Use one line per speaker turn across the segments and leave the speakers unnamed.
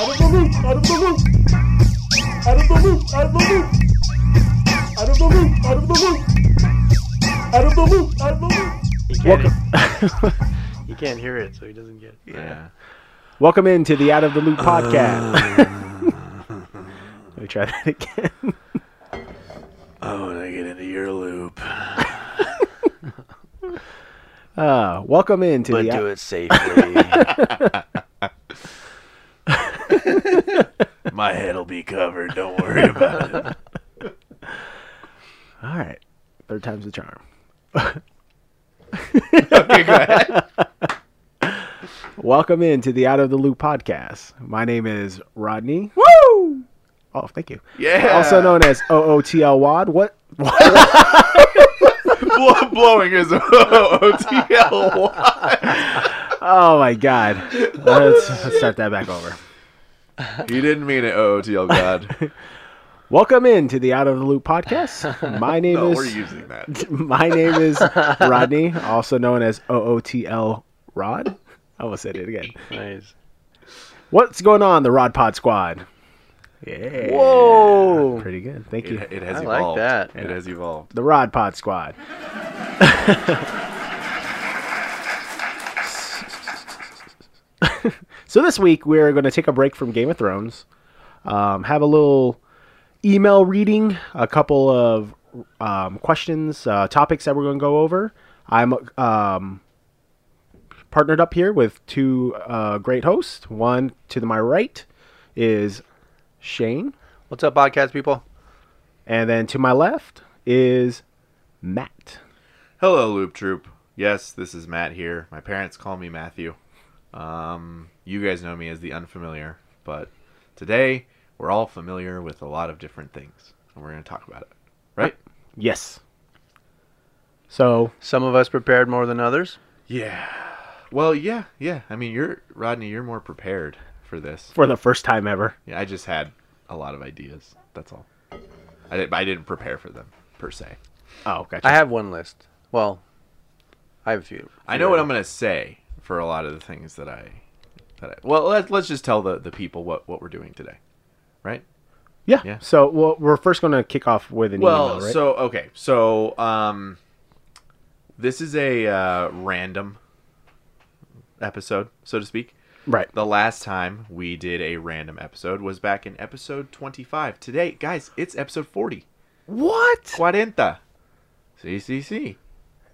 out of the loop, out of the loop, out of the loop, out of the loop, out of the loop, out of the loop, out of the loop.
He can't, he can't hear it, so he doesn't get it.
Yeah.
Welcome into the Out of the Loop podcast.
Uh.
Let me try that again.
Oh, and I get into your loop.
Uh, welcome into
But
the
do it safely. My head'll be covered. Don't worry about it.
All right, third time's the charm.
Okay, go ahead.
Welcome into the Out of the Loop podcast. My name is Rodney. Woo! Oh, thank you.
Yeah.
Also known as OOTL Wad. What?
Blow- blowing is OTL.
Oh my God. Let's, let's start that back over.
you didn't mean it, OOTL God.
Welcome into the Out of the Loop podcast. My name
No,
is
Oh, we're using that.
My name is Rodney, also known as OOTL Rod. I almost said it again.
Nice.
What's going on, the Rod Pod Squad? Yeah.
Whoa.
Pretty good. Thank
It,
you.
it has
I like
evolved.
that.
It has evolved.
The Rod Pod Squad. so this week we're going to take a break from Game of Thrones, um, have a little email reading, a couple of um, questions, uh, topics that we're going to go over. I'm um, partnered up here with two uh, great hosts. One to the, my right is Shane,
What's up, podcast people?
and then to my left is Matt.
Hello, Loop Troop. Yes, this is Matt here. My parents call me Matthew. Um, you guys know me as the unfamiliar, but today we're all familiar with a lot of different things, and we're going to talk about it. Right?
Yes. So
Some of us prepared more than others.
Yeah. Well, yeah, yeah. I mean, you're Rodney. You're more prepared for this.
for the first time ever,
Yeah, I just had a lot of ideas. That's all. I didn't. I didn't prepare for them per se.
oh, gotcha.
I have one list. Well, I have a few.
I know what I'm gonna say for a lot of the things that I. That I well, let's let's just tell the the people what what we're doing today, right?
yeah.
yeah.
So well, we're first going to kick off with an
well
email, right?
so okay so um this is a uh, random episode so to speak
right.
the last time we did a random episode was back in episode 25 today guys it's episode 40
What?
40 see see see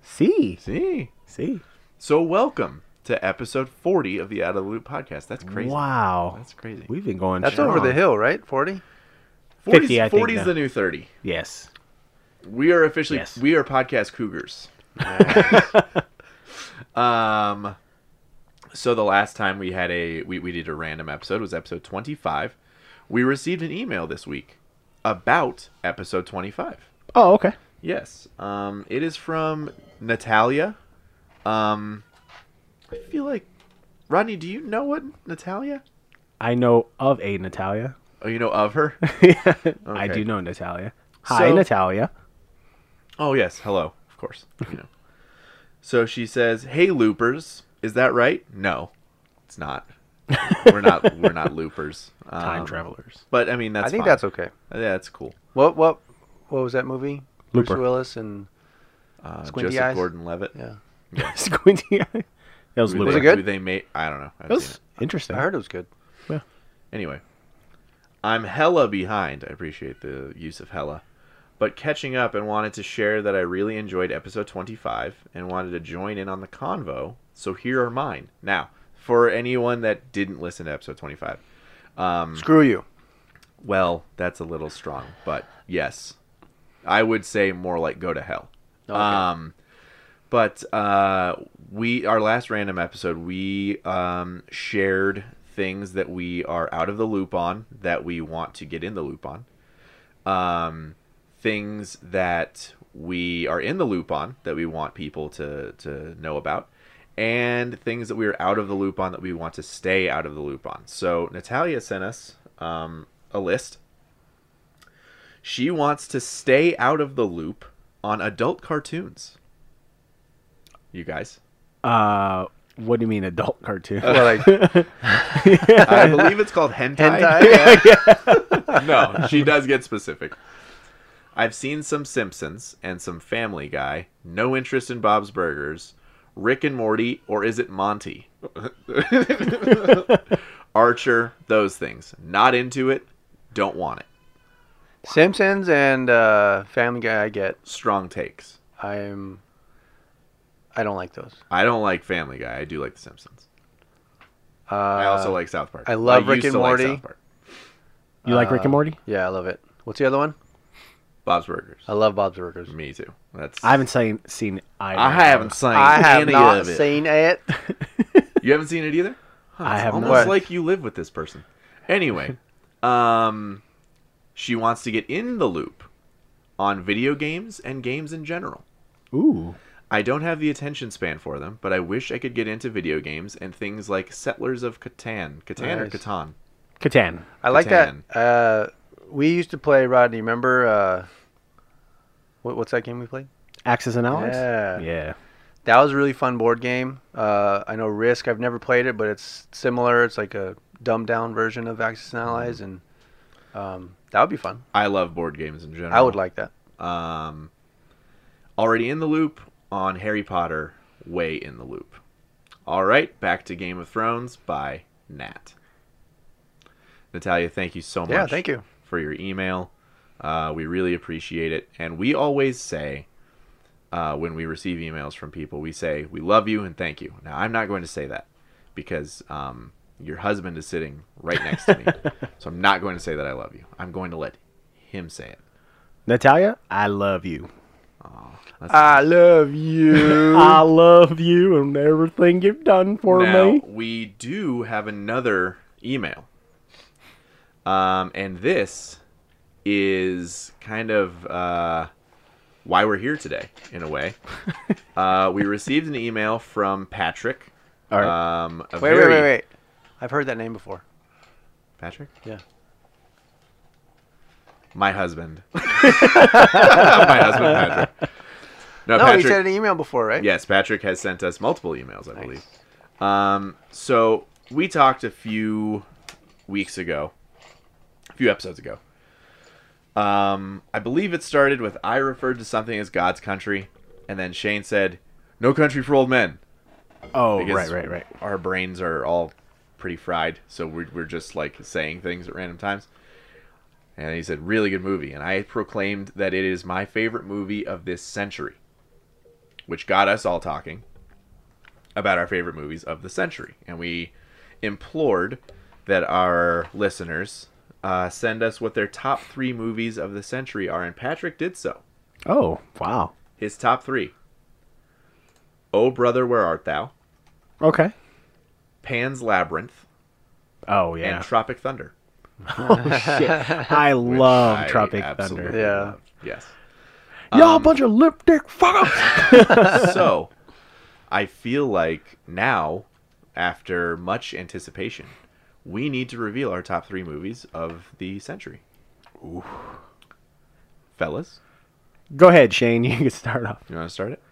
See,
see
see.
so welcome to episode 40 of the out of the loop podcast that's crazy
Wow.
that's crazy
We've been going.
That's
strong.
over the
Oh.
hill, right? 40?
40's,
50, I think,
40's
now.
the new 30
Yes.
We are officially
Yes.
we are podcast cougars. um so the last time we had a we, we did a random episode was episode 25. We received an email this week about episode 25.
Oh, okay.
Yes. Um it is from Natalia. Um I feel like Rodney, do you know what Natalia?
I know of a Natalia.
Oh, you know of her?
I
Okay.
do know Natalia. Hi,
So-
Natalia.
Oh yes, hello, of course. You know. so she says, "Hey loopers, is that right?" No, it's not. we're not. We're not loopers. Um,
Time travelers.
But I mean, that's.
I think
fine.
that's okay.
Yeah, that's cool.
What what what was that movie? Bruce
Looper.
Willis and
Uh,
Squinty
Joseph
eyes?
Gordon-Levitt.
yeah.
Squinty eye. That was
Who
Looper.
Was it
they,
good?
who they made. I don't know. I haven't
That
seen
was
it.
interesting.
I heard it was good.
Anyway, I'm hella behind. I appreciate the use of hella. But catching up and wanted to share that I really enjoyed episode 25 and wanted to join in on the convo. So here are mine. Now, for anyone that didn't listen to episode 25, um,
Screw you.
well, that's a little strong, but yes. I would say more like go to hell.
Okay.
Um, but uh, we our last random episode we um, shared things that we are out of the loop on that we want to get in the loop on, um, things that we are in the loop on that we want people to to know about, and things that we are out of the loop on that we want to stay out of the loop on. So Natalia sent us um, a list. She wants to stay out of the loop on adult cartoons. You guys?
Uh, What do you mean adult cartoon?
Uh,
Well, like,
I believe it's called hentai.
hentai? Yeah.
no, she does get specific. I've seen some Simpsons and some Family Guy. No interest in Bob's Burgers, Rick and Morty, or is it Monty? Archer, those things. Not into it. Don't want it.
Simpsons and uh, Family Guy. I get.
Strong takes.
I'm. I don't like those.
I don't like Family Guy. I do like The Simpsons.
Uh,
I also like South Park.
I love Rick
used
and
to like
Morty.
South Park.
you like Rick
uh,
and Morty?
Yeah, I love it. What's the other one?
Bob's Burgers.
I love Bob's Burgers.
Me too. That's
I haven't seen seen either.
I haven't seen
I have
any
not
of it.
seen it.
You haven't seen it either? Huh,
I
it's
have
almost
not.
like you live with this person. Anyway, um she wants to get in the loop on video games and games in general.
Ooh.
I don't have the attention span for them, but I wish I could get into video games and things like Settlers of Catan. Catan
Nice.
or Catan?
Catan.
I like
Catan.
that. Uh, we used to play Rodney. Remember uh, what, what's that game we played?
Axis and Allies?
Yeah.
Yeah.
That was a really fun board game. Uh, I know Risk. I've never played it, but it's similar. It's like a dumbed down version of Axis and Allies, and um, that would be fun.
I love board games in general.
I would like that.
um already in the loop on Harry Potter, way in the loop. All right, back to Game of Thrones by Nat. Natalia, thank you so much.
Yeah, thank you.
for your email. Uh, we really appreciate it, and we always say uh, when we receive emails from people, we say we love you and thank you. Now, I'm not going to say that because um, your husband is sitting right next to me, so I'm not going to say that I love you. I'm going to let him say it.
Natalia, I love you.
That's
I love you.
I love you and everything you've done for
now,
me.
we do have another email. Um, and this is kind of uh, why we're here today, in a way. uh, we received an email from Patrick.
All right.
Um, a
wait, wait,
very-
wait, wait. I've heard that name before.
Patrick?
Yeah.
My husband. My husband, Patrick. No,
No,
Patrick.
he sent an email before, right?
Yes, Patrick has sent us multiple emails, I believe. Um, so we talked a few weeks ago, a few episodes ago. Um, I believe it started with I referred to something as God's country, and then Shane said, "No country for old men."
oh,
because
right, right, right.
Our brains are all pretty fried, so we're, we're just like saying things at random times. And he said, really good movie. And I proclaimed that it is my favorite movie of this century, which got us all talking about our favorite movies of the century. And we implored that our listeners uh, send us what their top three movies of the century are. And Patrick did so.
Oh, wow.
His top three Oh, Brother, Where Art Thou?
Okay.
Pan's Labyrinth.
Oh, yeah.
and Tropic Thunder.
oh, shit. I
which
love
I
Tropic
absolutely
Thunder.
Yeah.
love. Yes.
Y'all bunch of lip dick fuckers.
so, I feel like now, after much anticipation, we need to reveal our top three movies of the century. Fellas,
Go ahead, Shane. You can start off.
you want to start it?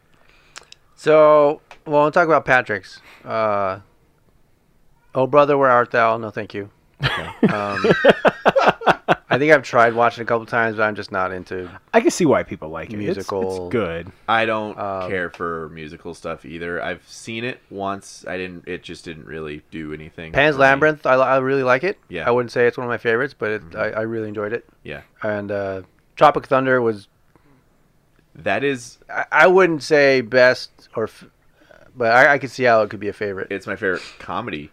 So, well, I'll talk about Patrick's. Uh, oh, brother, where art thou? No, thank you. um, I think I've tried watching a couple times, but I'm just not into.
I can see why people like it. It's- It's,
Musical.
good.
I don't
Um,
care for musical stuff either. I've seen it once. I didn't. It just didn't really do anything.
Pan's
for me.
Labyrinth. I, li- I really like it.
Yeah.
I wouldn't say it's one of my favorites, but it, I, I really enjoyed it.
Yeah,
And uh, Tropic Thunder was.
that is.
I, I wouldn't say best or, f- but I, I could see how it could be a favorite.
It's my favorite comedy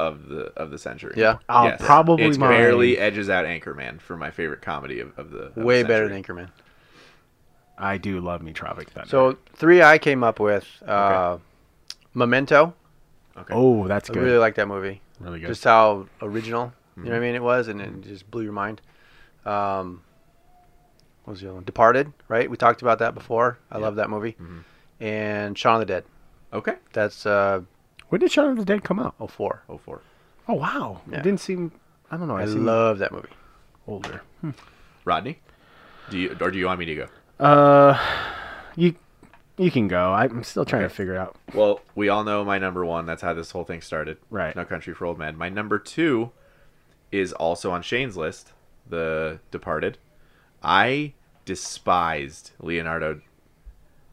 of the of the century.
yeah.
I'll
Yes.
Oh, probably
it's
mine.
barely edges out Anchorman for my favorite comedy of, of the of the
Way better than
century.
Anchorman.
I do love me Tropic Thunder.
So three I came up with. Uh, Memento.
Okay.
oh, that's
I
good.
really like that movie.
Really
just how original you know what I mean it was, and it just blew your mind. Um, what was the other one? Departed, right? We talked about that before. I love that movie. And Shaun of the Dead.
Okay.
That's uh,
When did Shaun of the Dead come out?
04.
Oh four.
Oh, wow.
Yeah.
It didn't seem. I don't know. I,
I
seem
love that movie.
older.
Rodney, do you or do you want me to go?
Uh, you You can go. I'm still trying to figure it out.
Well, we all know my number one. That's how this whole thing started.
Right.
No Country for Old Men. My number two is also on Shane's list, The Departed. I despised Leonardo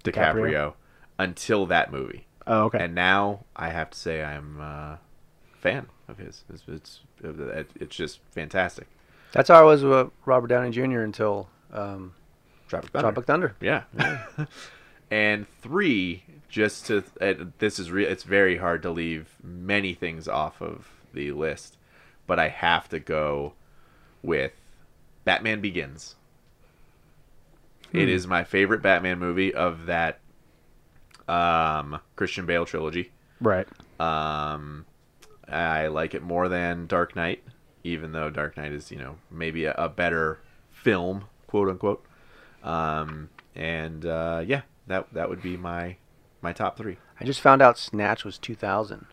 DiCaprio,
DiCaprio?
until that movie,
Oh, okay.
and now I have to say I'm a fan of his. It's it's, it's just fantastic.
That's how I was with Robert Downey Jr. until um,
Tropic Thunder.
Tropic Thunder.
Yeah. and three, just to uh, this is real. It's very hard to leave many things off of the list, but I have to go with Batman Begins. It is my favorite Batman movie of that um, Christian Bale trilogy.
right.
Um, I like it more than Dark Knight, even though Dark Knight is, you know, maybe a, a better film, quote unquote. Um, and uh, yeah, that that would be my my top three.
I just found out Snatch was 2000.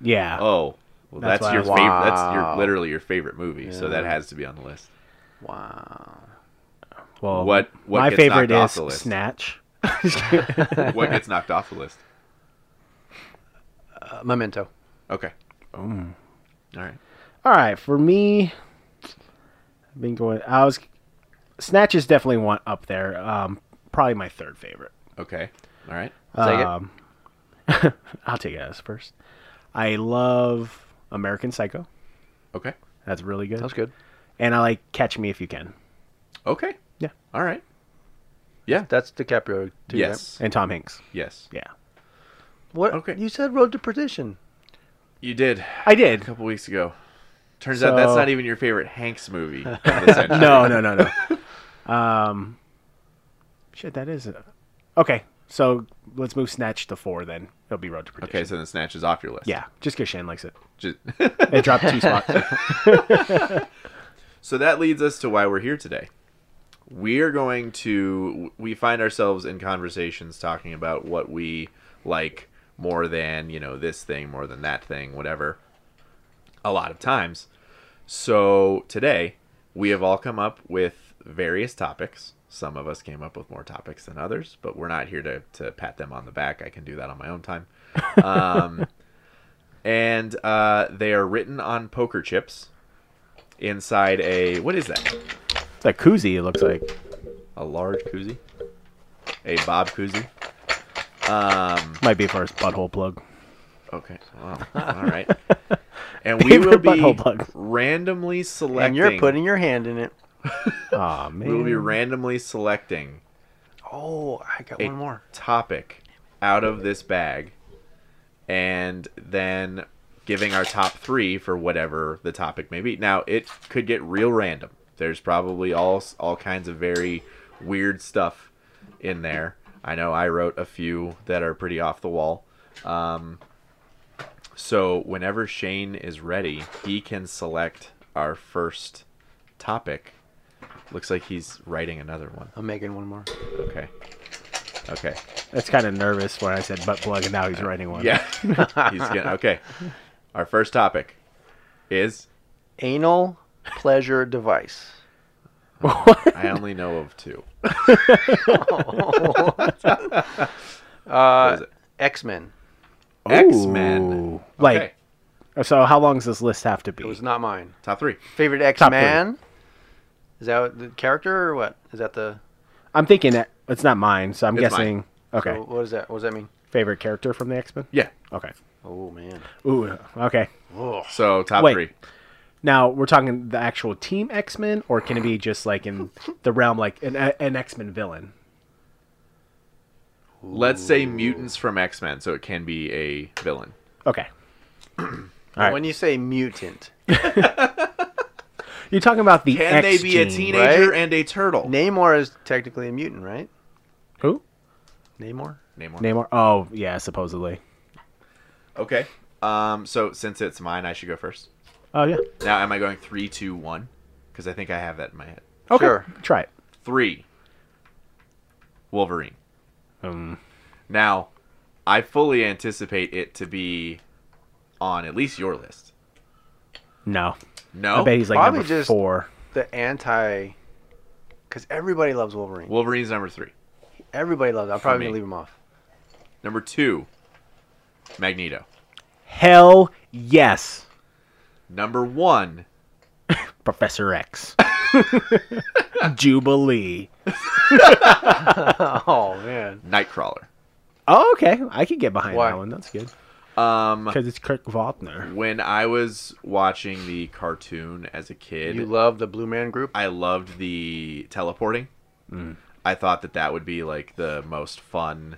Yeah.
Oh, well,
That's
that's,
why I
your
was-
favorite. That's your
Wow.
literally your favorite movie, so that
Yeah.
has to be on the list.
Wow.
well,
what- what
my
gets
favorite
knocked off
is
the list?
Snatch.
what gets knocked off the list?
Uh, Memento.
Okay. All right.
All right, for me, I've been going. I was Snatch is definitely one up there. Um, probably my third favorite.
Okay. All right.
Take it.
um, I'll take it as first. I love American Psycho.
Okay.
That's really good.
That's good.
And I like Catch Me If You Can
Okay.
Yeah.
All right. Yeah.
That's DiCaprio. Too,
yes.
and Tom Hanks.
Yes.
Yeah,
right? What?
Okay.
You said Road to Perdition.
You did.
I did.
a couple weeks ago. Turns out that's
So-
not even your favorite Hanks movie. of the century.
No, no, no, no. um, shit, that is a... okay. So let's move Snatch to four. Then it'll be Road to Perdition.
Okay, so then Snatch is off your list.
yeah, just because Shane likes it.
Just-
It dropped two spots.
so that leads us to why we're here today. We are going to we find ourselves in conversations talking about what we like more than, you know, this thing, more than that thing, whatever. A lot of times. So today we have all come up with various topics. Some of us came up with more topics than others, but we're not here to, to pat them on the back. I can do that on my own time. Um, and uh, they are written on poker chips inside a what is that?
It's a koozie, it looks like.
A large koozie, a bob koozie. Um.
Might be for his butthole plug.
Okay. Wow. All right. And we will
Favorite
be
butthole plug.
randomly selecting.
And you're putting your hand in it.
Aw,
We will be
man.
randomly selecting
Oh, I got
a
one more.
topic out of this bag, and then giving our top three for whatever the topic may be. Now it could get real random. There's probably all all kinds of very weird stuff in there. I know I wrote a few that are pretty off the wall. Um, so whenever Shane is ready, he can select our first topic. Looks like he's writing another one.
I'm making one more.
Okay. Okay.
That's kind of nervous when I said butt plug, and now he's writing one.
Yeah. He's gonna okay. Our first topic is
Anal pleasure device.
I only know of two.
Uh,
is it?
X Men.
X-Men.
Ooh. Like,
okay.
so how long does this list have to be?
It was not mine.
top three.
Favorite X Man. Is that what- the character or what? Is that the?
I'm thinking that it's not mine, so I'm
It's
guessing.
mine.
Okay.
What does that? What does that mean?
Favorite character from the X Men?
Yeah.
Okay.
Oh man.
Ooh. Okay.
Oh.
So top
Wait.
three.
Now we're talking the actual team X Men, or can it be just like in the realm like an, an X Men villain?
Let's say mutants from X Men, so it can be a villain.
Okay. All right.
When you say mutant,
You're talking about the
Can
X
they be a
gene,
teenager
right?
and a turtle?
Namor is technically a mutant, right?
Who?
Namor.
Namor.
Namor. Oh yeah, supposedly.
Okay. Um. So since it's mine, I should go first.
Oh yeah.
Now, am I going three, two, one? Because I think I have that in my head.
Okay.
Sure.
Try it.
Three. Wolverine.
Um,
Now, I fully anticipate it to be on at least your list.
no.
No,
I bet he's like
probably
number
just-
four.
The anti. Because everybody loves Wolverine.
Wolverine's number three.
Everybody loves. Him. I'm
me.
probably gonna leave him off.
Number two, Magneto.
Hell yes,
Number one,
Professor X. Jubilee.
Oh man.
Nightcrawler.
Oh, okay. I could get behind
Why?
that one. That's good.
Um,
Because it's Kirk Wagner.
when I was watching the cartoon as a kid,
You love the Blue Man Group?
I loved the teleporting.
Mm.
I thought that that would be like the most fun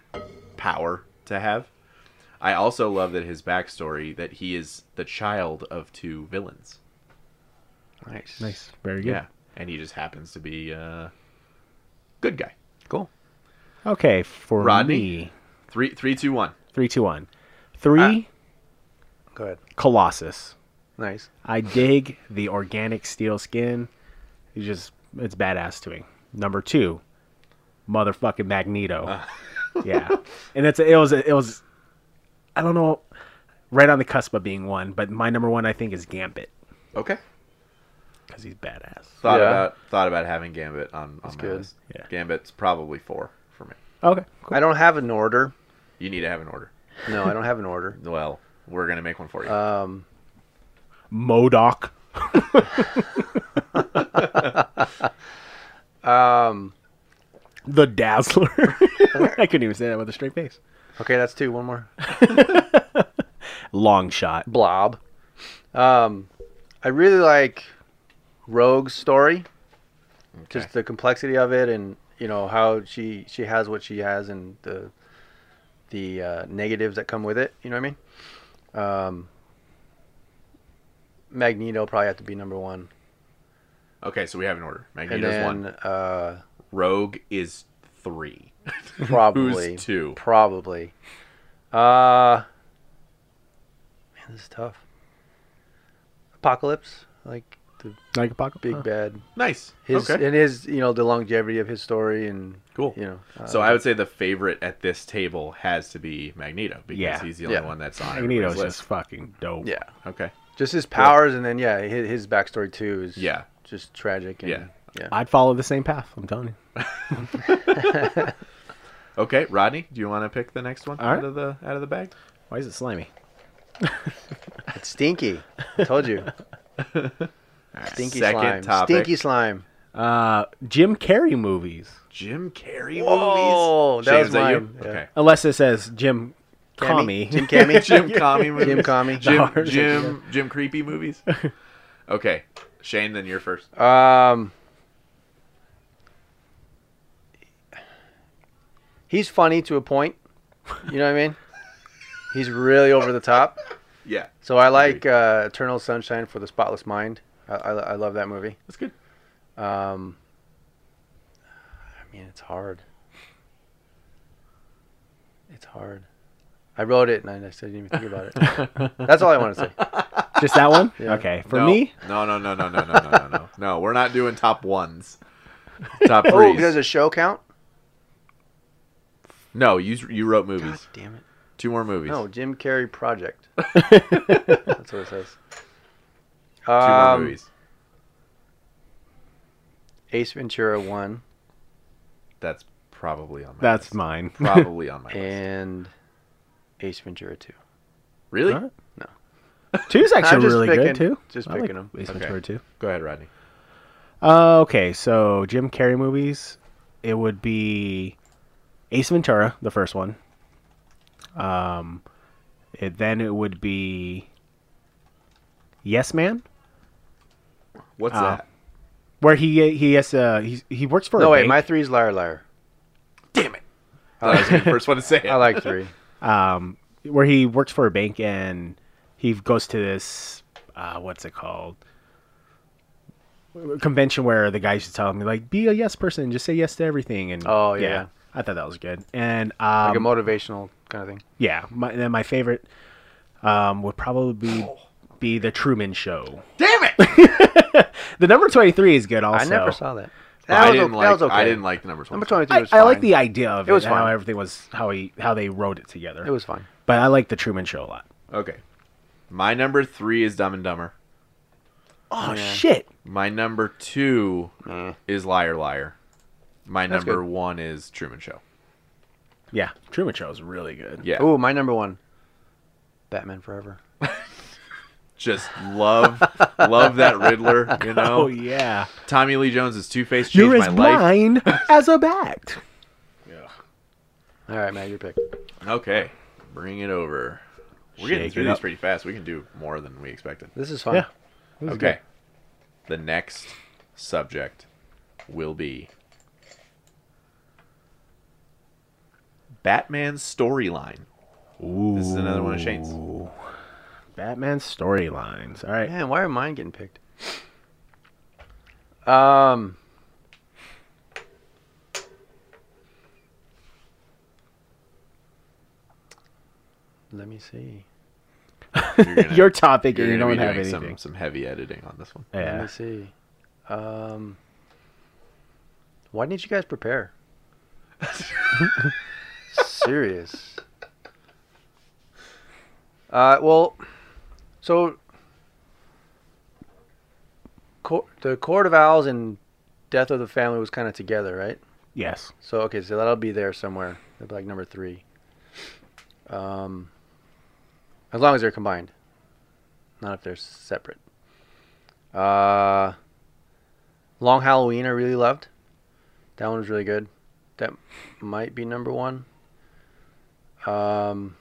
power to have. I also love that his backstory that he is the child of two villains.
Nice.
Nice. Very good.
Yeah, and he just happens to be a good guy.
Cool.
Okay, for
Rodney?
me.
Three, three, two, one.
Three, two, one. Three,
Uh,
Go ahead.
Colossus.
Nice.
I dig the organic steel skin. It's just it's badass to me. Number two, motherfucking Magneto. yeah, and it's it was it was I don't know, right on the cusp of being one, but my number one I think is Gambit
Okay.
because he's badass.
Thought
Yeah.
about thought about having Gambit on, on my
good.
list.
Yeah.
Gambit's probably four for me.
Okay,
I don't have an order.
You need to have an order.
No, I don't have an order.
Well, we're gonna make one for you.
Um,
Modoc.
um,
The Dazzler. I couldn't even say that with a straight face.
okay, that's two. One more.
Long shot.
Blob. Um, I really like Rogue's story. Just the complexity of it, and you know how she she has what she has, and the the uh, negatives that come with it. You know what I mean? Um, Magneto probably have to be number one,
okay, so we have an order.
and
Magneto's
then
one.
uh,
Rogue is three.
probably
Who's two?
Probably. Uh man, this is tough. Apocalypse, like the
Like a pocket.
big
Huh.
bad.
Nice.
His
okay.
and his, you know, the longevity of his story and
Cool.
you know. Uh,
so I would say the favorite at this table has to be Magneto because
Yeah.
he's the only
Yeah.
one that's on
Magneto's
everybody's
just fucking dope.
yeah,
list. Okay.
just his powers and then yeah, his, his backstory too is
Yeah.
just tragic. And,
Yeah.
yeah.
I'd follow the same path. I'm telling you.
Okay, Rodney, do you want to pick the next one
All
out
right.
of the out of the bag?
Why is it slimy?
It's stinky. I told you. Stinky slime.
Second topic.
Stinky slime.
Uh, Jim Carrey movies.
Jim Carrey
Whoa,
movies.
that was
is you?
mine. Yeah.
Okay.
Unless it says Jim Commie.
Jim Cammy.
Jim Commie movies.
Jim Commie.
Jim
No, I was
Jim Jim creepy movies. Okay, Shane, then you're first.
Um, he's funny to a point. You know what I mean? he's really over the top.
Yeah,
So I like uh, Eternal Sunshine for the Spotless Mind. I, I, I love that movie.
that's good.
Um, I mean, it's hard. It's hard. I wrote it and I just didn't even think about it. That's all I want to say.
Just that one?
Yeah.
Okay. For
no,
me,
No, no, no, no, no, no, no, no. No, we're not doing top ones. Top
Oh,
threes.
does a show count?
no, you you wrote movies.
God damn it.
Two more movies.
No, Jim Carrey Project. That's what it says.
Two
Um,
more movies.
Ace Ventura one
That's probably on my.
that's
list.
mine.
probably on my list.
and Ace Ventura two.
Really?
Huh?
No.
Two's
I'm
actually
just
really
picking-
good too.
just
I like
picking 'em.
Ace
Okay.
Ventura too.
Go ahead, Rodney.
Uh, okay, so Jim Carrey movies, it would be Ace Ventura, the first one. Um, it, then it would be Yes Man,
What's
Uh,
Oh.
that?
where he he has uh he he works for a
No wait,
bank.
my three's liar liar.
Damn it! I was the first one to say it.
I like three.
um, where he works for a bank and he goes to this uh, what's it called convention where the guys just tell him like be a yes person just say yes to everything and
Oh, yeah.
i thought that was good and
Like a
um,
motivational kind of thing.
yeah my, then my favorite um, would probably be, be the truman show
Damn it! Well,
the number 23 is good also
I never saw that. That
I
was o-
didn't
that
like.
was okay.
I didn't like the number twenty.
number twenty two.
I, I like the idea of it,
was
and how
fine.
everything was how he how they wrote it together
It was fine.
but i like the truman show a lot
Okay. My number three is Dumb and Dumber.
oh
Yeah.
shit
My number two
Mm.
is Liar Liar. My
That's
number
good.
one is Truman Show.
Yeah, Truman Show is really good.
Yeah.
Ooh, my number one. Batman Forever.
Just love love that Riddler, you know.
Oh yeah,
Tommy Lee Jones is Two Face changed
you're as
my life.
blind as a bat.
All right, Matt, your pick.
Okay. Bring it over. We're getting
Shake
through
it
these
up.
pretty fast. We can do more than we expected.
This is fun.
Yeah.
Okay. The next subject will be Batman's storyline. This is another one of Shane's.
Batman storylines. All right.
Man, why are mine getting picked? Um. Let me see.
You're gonna-
Your topic,
you're
and you
gonna
don't
be
have
doing
anything.
Some, some heavy editing on this one.
Let
Yeah.
me see. Um. Why didn't you guys prepare? Serious. Uh, well, so co- the Court of Owls and Death of the Family was kind of together, right?
Yes.
So okay, so that'll be there somewhere. That'll be like number three. Um, as long as they're combined, not if they're separate. Uh, Long Halloween, I really loved. That one was really good. That might be number one. Um,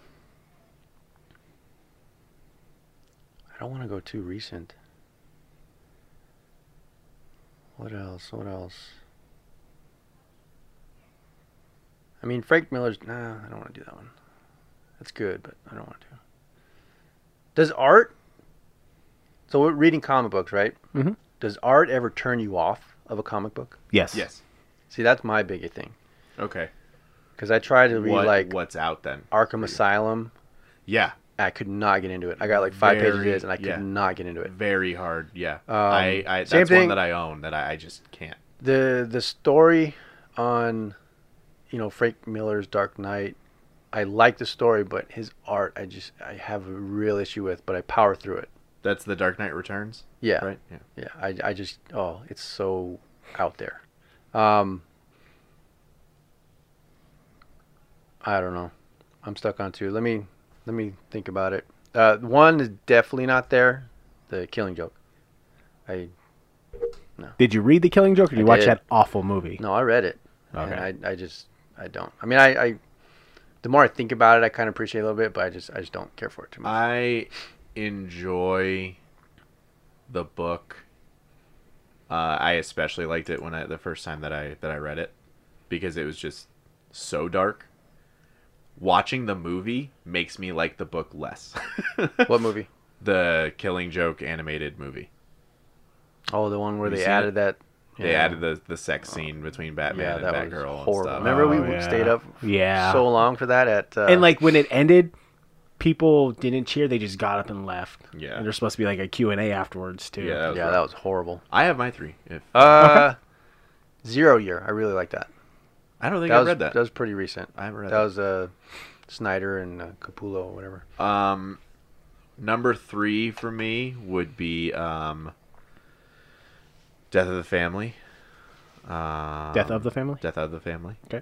I don't want to go too recent. What else? What else? I mean, Frank Miller's. Nah, I don't want to do that one. That's good, but I don't want to. Does art? So we're reading comic books, right?
Mm-hmm.
Mhm.
Does art ever turn you off of a comic book?
Yes.
Yes.
See, that's my biggest thing
Okay.
because I tried to read
What,
like
what's out then?
Arkham Asylum.
Yeah.
I could not get into it. I got like five pages of
Very-
it, and I could
yeah.
not get into it.
Very hard. Yeah.
Um,
I, I that's
same
one
thing-
that I own that I, I just can't.
the the story on you know Frank Miller's Dark Knight I like the story but his art I just I have a real issue with but I power through it
That's the Dark Knight Returns,
yeah
right? Yeah.
yeah I, I just oh it's so out there um I don't know I'm stuck on two let me let me think about it uh one is definitely not there the Killing Joke I
Did you read The Killing Joke, or did
I
you watch
did.
that awful movie?
No, I read it.
Okay.
And I, I just I don't. I mean, I, I the more I think about it, I kind of appreciate it a little bit, but I just I just don't care for it too much.
I enjoy the book. Uh, I especially liked it when I the first time that I that I read it because it was just so dark. Watching the movie makes me like the book less.
what movie?
the Killing Joke animated movie.
Oh, the one where
Have you
they
seen
added
it?
that.
They added the the sex scene between
Oh. Yeah,
Batman
that
and
was
Batgirl and
horrible.
stuff. Uh,
Remember we
Oh, yeah.
stayed up
Yeah.
so long for that at uh,
and like when it ended, people didn't cheer; they just got up and left.
Yeah.
And there's supposed to be like a Q and A afterwards too.
Yeah, that was
yeah,
rough.
that was horrible.
I have my three. If
Uh, Zero Year, I really like that.
I don't think
That
I
was
read that.
that was pretty recent.
I haven't read
That was uh, Snyder and uh, Capullo or whatever.
Um, number three for me would be um, Death of the Family. Um,
Death of the Family.
Death of the Family.
Okay.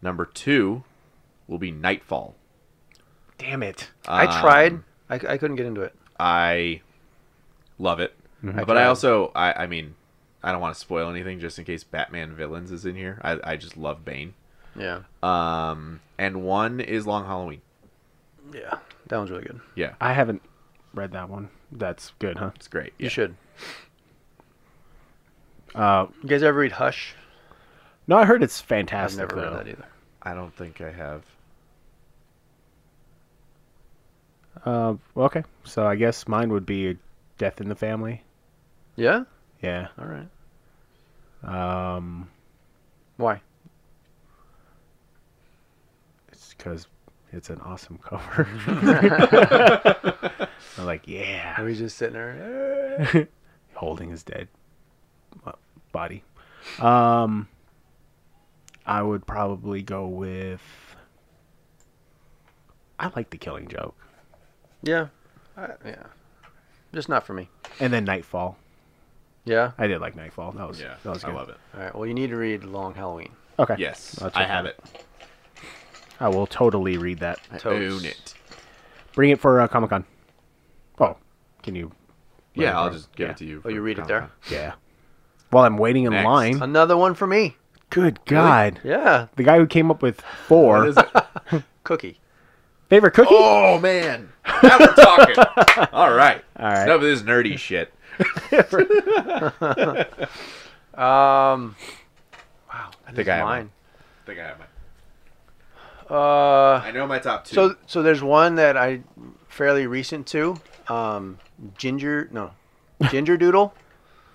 Number two will be Nightfall.
Damn it.
I tried.
Um,
I, I couldn't get into it.
I love it,
I
but I
tried.
also I I mean I don't want to spoil anything just in case Batman villains is in here. I I just love Bane.
Yeah.
Um, and one is Long Halloween.
Yeah. That one's really good.
Yeah,
I haven't read that one. That's good, huh?
it's great.
You
Yeah.
should.
Uh,
You guys ever read Hush?
no, I heard it's
I've
fantastic.
never read
though.
that either.
I don't think I have.
Uh, well, okay. So I guess mine would be Death in the Family.
Yeah.
Yeah.
All right.
Um,
Why?
it's because it's an awesome cover. I'm like,
I
yeah.
was just sitting there.
Holding his dead bo- body. Um, I would probably go with. I like the Killing Joke,
Yeah. I, yeah. Just not for me.
and then Nightfall.
Yeah.
I did like Nightfall. That was that was good.
I love it.
All right. Well, you need to read Long Halloween.
Okay.
Yes,
I'll check
I have
on
it.
I will totally read that.
Totes.
Own it.
Bring it for uh, Comic Con. Oh, can you?
Yeah, I'll
bro.
just give
Yeah.
it to you.
Oh, you
for
read it there.
Comic-Con.
Yeah. While I'm waiting in
Next.
line.
Another one for me.
Good God.
Yeah,
The guy who came up with four
What is it?
cookie.
favorite cookie.
Oh man, now we're talking. All right,
All right.
Enough of this nerdy shit.
Um,
I think I have mine.
mine.
I think I have mine.
Uh,
I know my top two.
so so there's one that I fairly recent to. Um, ginger no, ginger doodle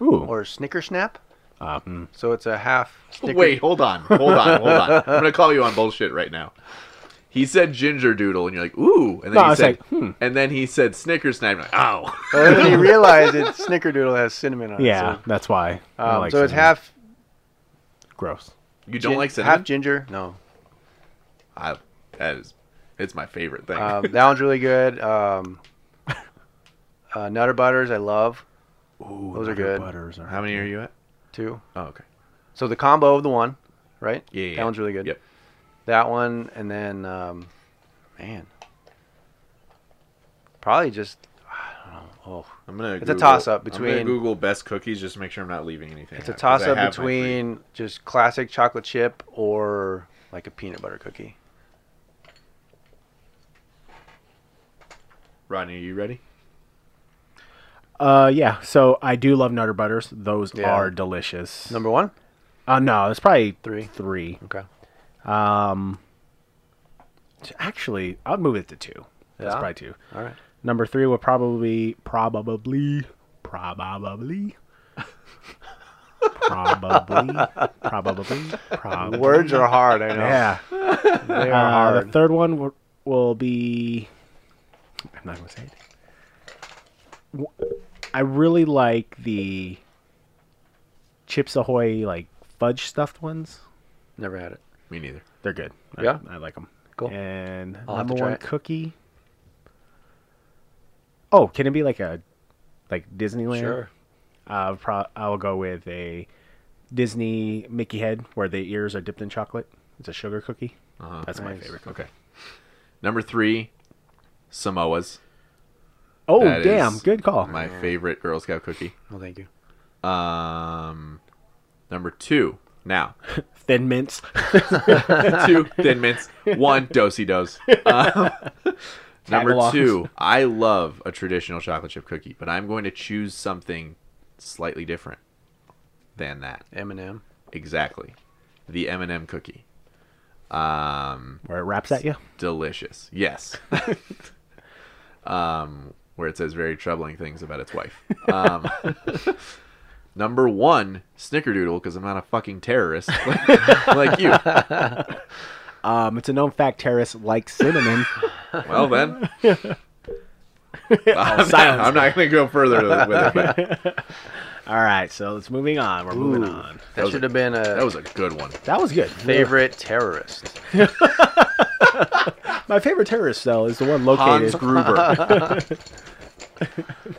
Ooh.
or snicker snap.
Uh, mm.
So it's a half. Snicker-
Wait, hold on, hold on, hold on. I'm gonna call you on bullshit right now. He said ginger doodle, and you're like, ooh, and then
No, I
he
was
said,
like, hmm.
and then he said snicker snap. Like, oh,
But then you realize it. Snickerdoodle has cinnamon on
Yeah,
it. So,
that's why. I
um,
like
so it's
cinnamon.
half.
gross.
you don't
gin-
like
half
cinnamon?
ginger. No,
I, that is, it's my favorite thing.
um, that one's really good. Um, uh, Nutter butters, I love
Ooh,
Those are
butter
good.
Butters are
How many are you at?
too.
Oh, okay.
So the combo of the one, right?
Yeah, yeah,
that
yeah.
one's really good.
Yep.
That one, and then, um, man, probably just I don't know. Oh,
I'm gonna.
It's a toss-up
I'm gonna
between-
Google best cookies just to make sure I'm not leaving anything.
it's a
out, 'cause I
toss up
have my three.
between just classic chocolate chip or like a peanut butter cookie.
Rodney, are you ready?
Uh, yeah. So I do love Nutter Butters. Those
Yeah.
are delicious.
Number one.
Uh, no, it's probably
Three.
Three.
Okay.
Um, t- actually, I'll move it to two. That's
Yeah?
probably two.
All right.
Number three would probably, probably, probably, probably, probably,
Uh,
probably.
Words are hard. I know.
Yeah.
They are
Uh, the
hard.
third one will, will be. I'm not gonna say it. W- I really like the Chips Ahoy like fudge stuffed ones.
Never had it.
Me neither.
They're good. I-
Yeah?
I, like them.
Cool.
And
I'll have to
number
try
one
it.
cookie. Oh, can it be like a like Disneyland? Uh, pro- I'll go with a Disney Mickey head where the ears are dipped in chocolate. It's a sugar cookie.
Uh-huh.
That's my
Nice.
favorite. Cookie.
Okay. Number three, Samoa's.
Oh,
That
damn!
is
Good call.
My
Mm.
favorite Girl Scout cookie.
Well, thank you.
Um, number two. Now,
Thin mints.
two Thin Mints, one Dosey Dos. Um, number
Tagalongs.
two, I love a traditional chocolate chip cookie, but I'm going to choose something slightly different than that.
M&M.
Exactly, the M&M cookie. Um,
where it wraps at you.
delicious. Yes. um, where it says very troubling things about its wife. Um, number one, Snickerdoodle, because I'm not a fucking terrorist like you.
Um, it's a known fact terrorists like cinnamon.
Well then. I'm, not, I'm not gonna go further with it. But
All right, so it's moving on. We're moving on.
That,
was
should
a-
have been a
that was a good one.
That was good.
favorite terrorist.
My favorite terrorist cell is the one located
Hans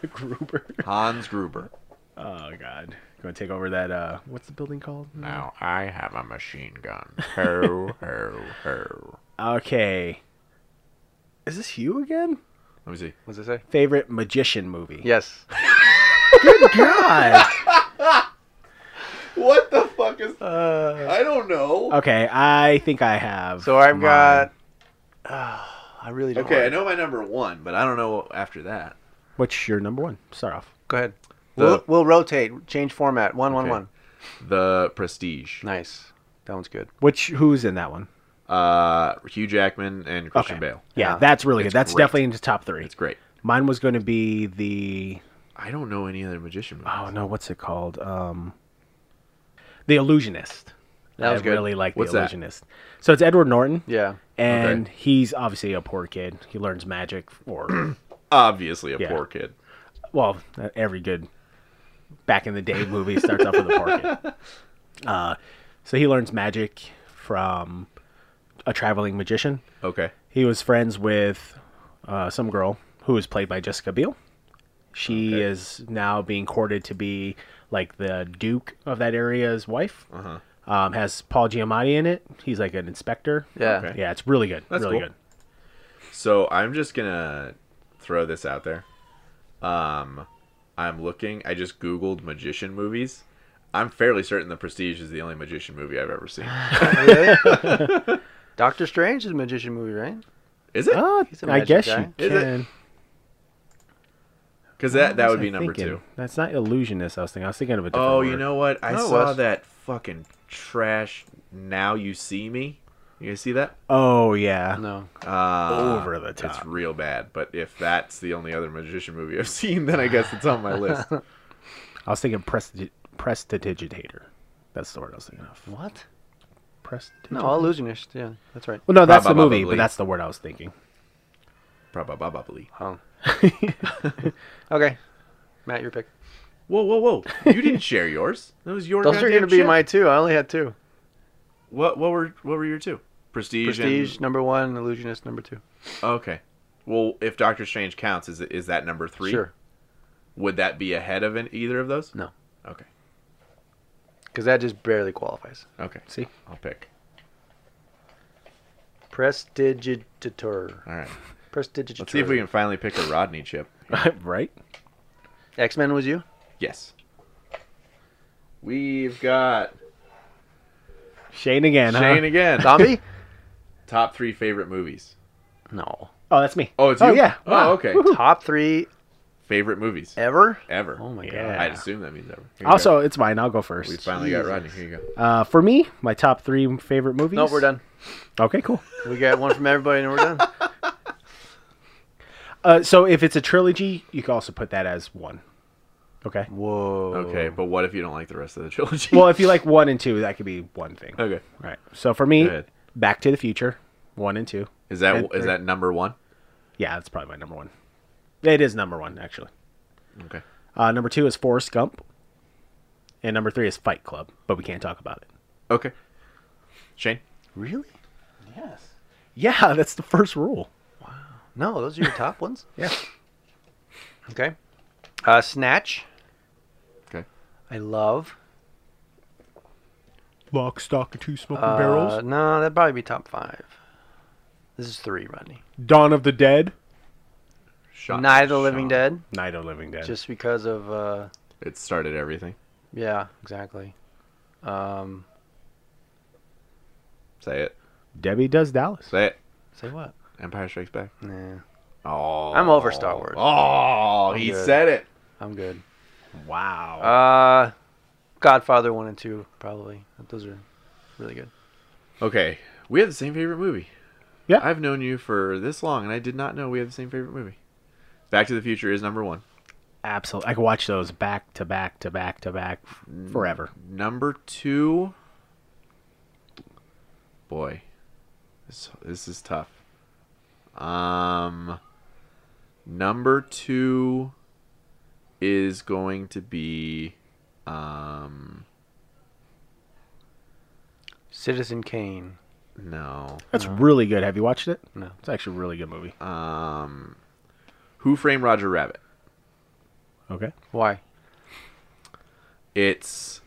Gruber.
Gruber.
Hans Gruber.
Oh God, going to take over that. Uh, what's the building called?
Now I have a machine gun. Ho ho ho.
Okay, is this you again?
Let me see.
What's it say?
Favorite magician movie?
Yes.
God.
What the fuck is? I don't know.
Uh, okay, I think I have.
So I've
mine.
got. I really don't.
Okay, I
know.
know my number one, but I don't know after that.
What's your number one? Start off.
Go ahead.
The-
We'll, we'll rotate. Change format. One, one,
Okay.
one.
The Prestige.
Nice. That one's good.
Which who's in that one?
Uh, Hugh Jackman and Christian
Okay.
Bale.
Yeah,
Yeah.
that's really good.
It's
That's
great.
definitely in the top three.
It's great.
Mine was going to be the
I don't know any other magician movies.
oh no, what's it called? Um, the Illusionist.
That was
I
good.
really like
What's
the
that?
Illusionist. So it's Edward Norton,
Yeah.
and he's obviously a poor kid. He learns magic, or
Obviously, a
Yeah.
poor kid.
well, every good back in the day movie starts off with a poor kid. Uh, so he learns magic from a traveling magician.
Okay.
He was friends with uh, some girl who was played by Jessica Biel. She is now being courted to be like the Duke of that area's wife.
Uh huh.
Um, has Paul Giamatti in it. He's like an inspector.
Yeah.
Okay.
Yeah, it's really good.
That's
really
cool.
good.
So I'm just gonna throw this out there. Um, I'm looking. I just googled magician movies. I'm fairly certain The Prestige is the only magician movie I've ever seen.
Oh, Really? Doctor Strange is a magician movie, right?
Is it?
Uh,
He's a
I
magic
guess
guy.
you
Is it?
can.
Because that that
What was
would
I
be number
thinking?
two.
That's not illusionist. I was thinking. I was thinking of a different.
Oh, you
word.
know what? I
No, it
saw
was.
that fucking trash. Now you see me. You guys see that?
Oh yeah.
No.
Uh,
Over the
It's
top.
real bad. But if that's the only other magician movie I've seen, then I guess it's on my list.
I was thinking prestigi- prestidigitator. That's the word I was thinking of.
What?
Prestidigitator.
No, illusionist. Yeah, that's right.
Well, no, that's the
Probably.
movie, but that's the word I was thinking.
Probably.
Oh. okay, Matt, your pick.
Whoa, whoa, whoa! You didn't share yours. That was your.
Those are
goddamn
going to be
shit.
my two. I only had two.
What? What were? What were your two? Prestige.
Prestige
and-
number one, illusionist number two.
Okay. Well, if Doctor Strange counts, is is that number three?
Sure,
Would that be ahead of an, either of those?
No.
Okay.
because that just barely qualifies.
Okay.
See?
I'll pick.
Prestidigitator.
All right.
Prestidigitator.
Let's see if we can finally pick a Rodney chip.
right?
X Men was you.
Yes. We've got
Shane again. huh?
Shane again.
uh, Zombie?
Top three favorite movies.
no.
Oh, that's me.
Oh, it's
Oh
you?
yeah.
Oh,
Wow.
okay.
Woohoo.
Top three
Favorite movies
ever.
ever. Uh,
Oh my
Yeah.
god.
I'd assume that means ever. Here you go.
Also, it's mine. I'll go first.
we finally got Rodney. Here you go.
Uh, for me, my top three favorite movies.
No, we're done.
Okay, cool.
We got one from everybody, and we're done.
Uh, so if it's a trilogy, you can also put that as one. Okay.
Whoa.
Okay, but what if you don't like the rest of the trilogy?
Well, if you like one and two, that could be one thing.
okay.
Right. So for me,
Go ahead.
Back to the Future, one and two.
Is that
And
is
three.
that number one?
Yeah, that's probably my number one. It is number one actually.
Okay.
Uh, number two is Forrest Gump, and number three is Fight Club, but we can't talk about it.
Okay. Shane.
Really?
Yeah, that's the first rule.
No, those are your top ones.
Yeah.
Okay. Uh, Snatch.
Okay.
I love.
Lock, stock, and two smoking
Uh, No, that'd probably be top five. This is three, Rodney.
Dawn of the Dead.
Shot
Night of the Living
Shot.
Dead,
Night of the Living Dead.
just because of. Uh,
It started everything.
yeah, exactly. Um,
Say it.
Debbie Does Dallas.
Say it.
say what?
Empire Strikes Back.
Nah,
Oh.
I'm over Star Wars.
Oh, he
good.
said it.
I'm good.
Wow.
Uh, Godfather one and two probably. Those are really good.
Okay, we have the same favorite movie.
Yeah.
I've known you for this long, and I did not know we have the same favorite movie. Back to the Future is number one.
Absolutely. I could watch those back to back to back to back forever.
Number two. Boy, this this is tough. Um, number two is going to be um
Citizen Kane.
no
That's really good. Have you watched it?
No.
It's actually a really good movie.
um Who Framed Roger Rabbit.
Okay.
Why?
It's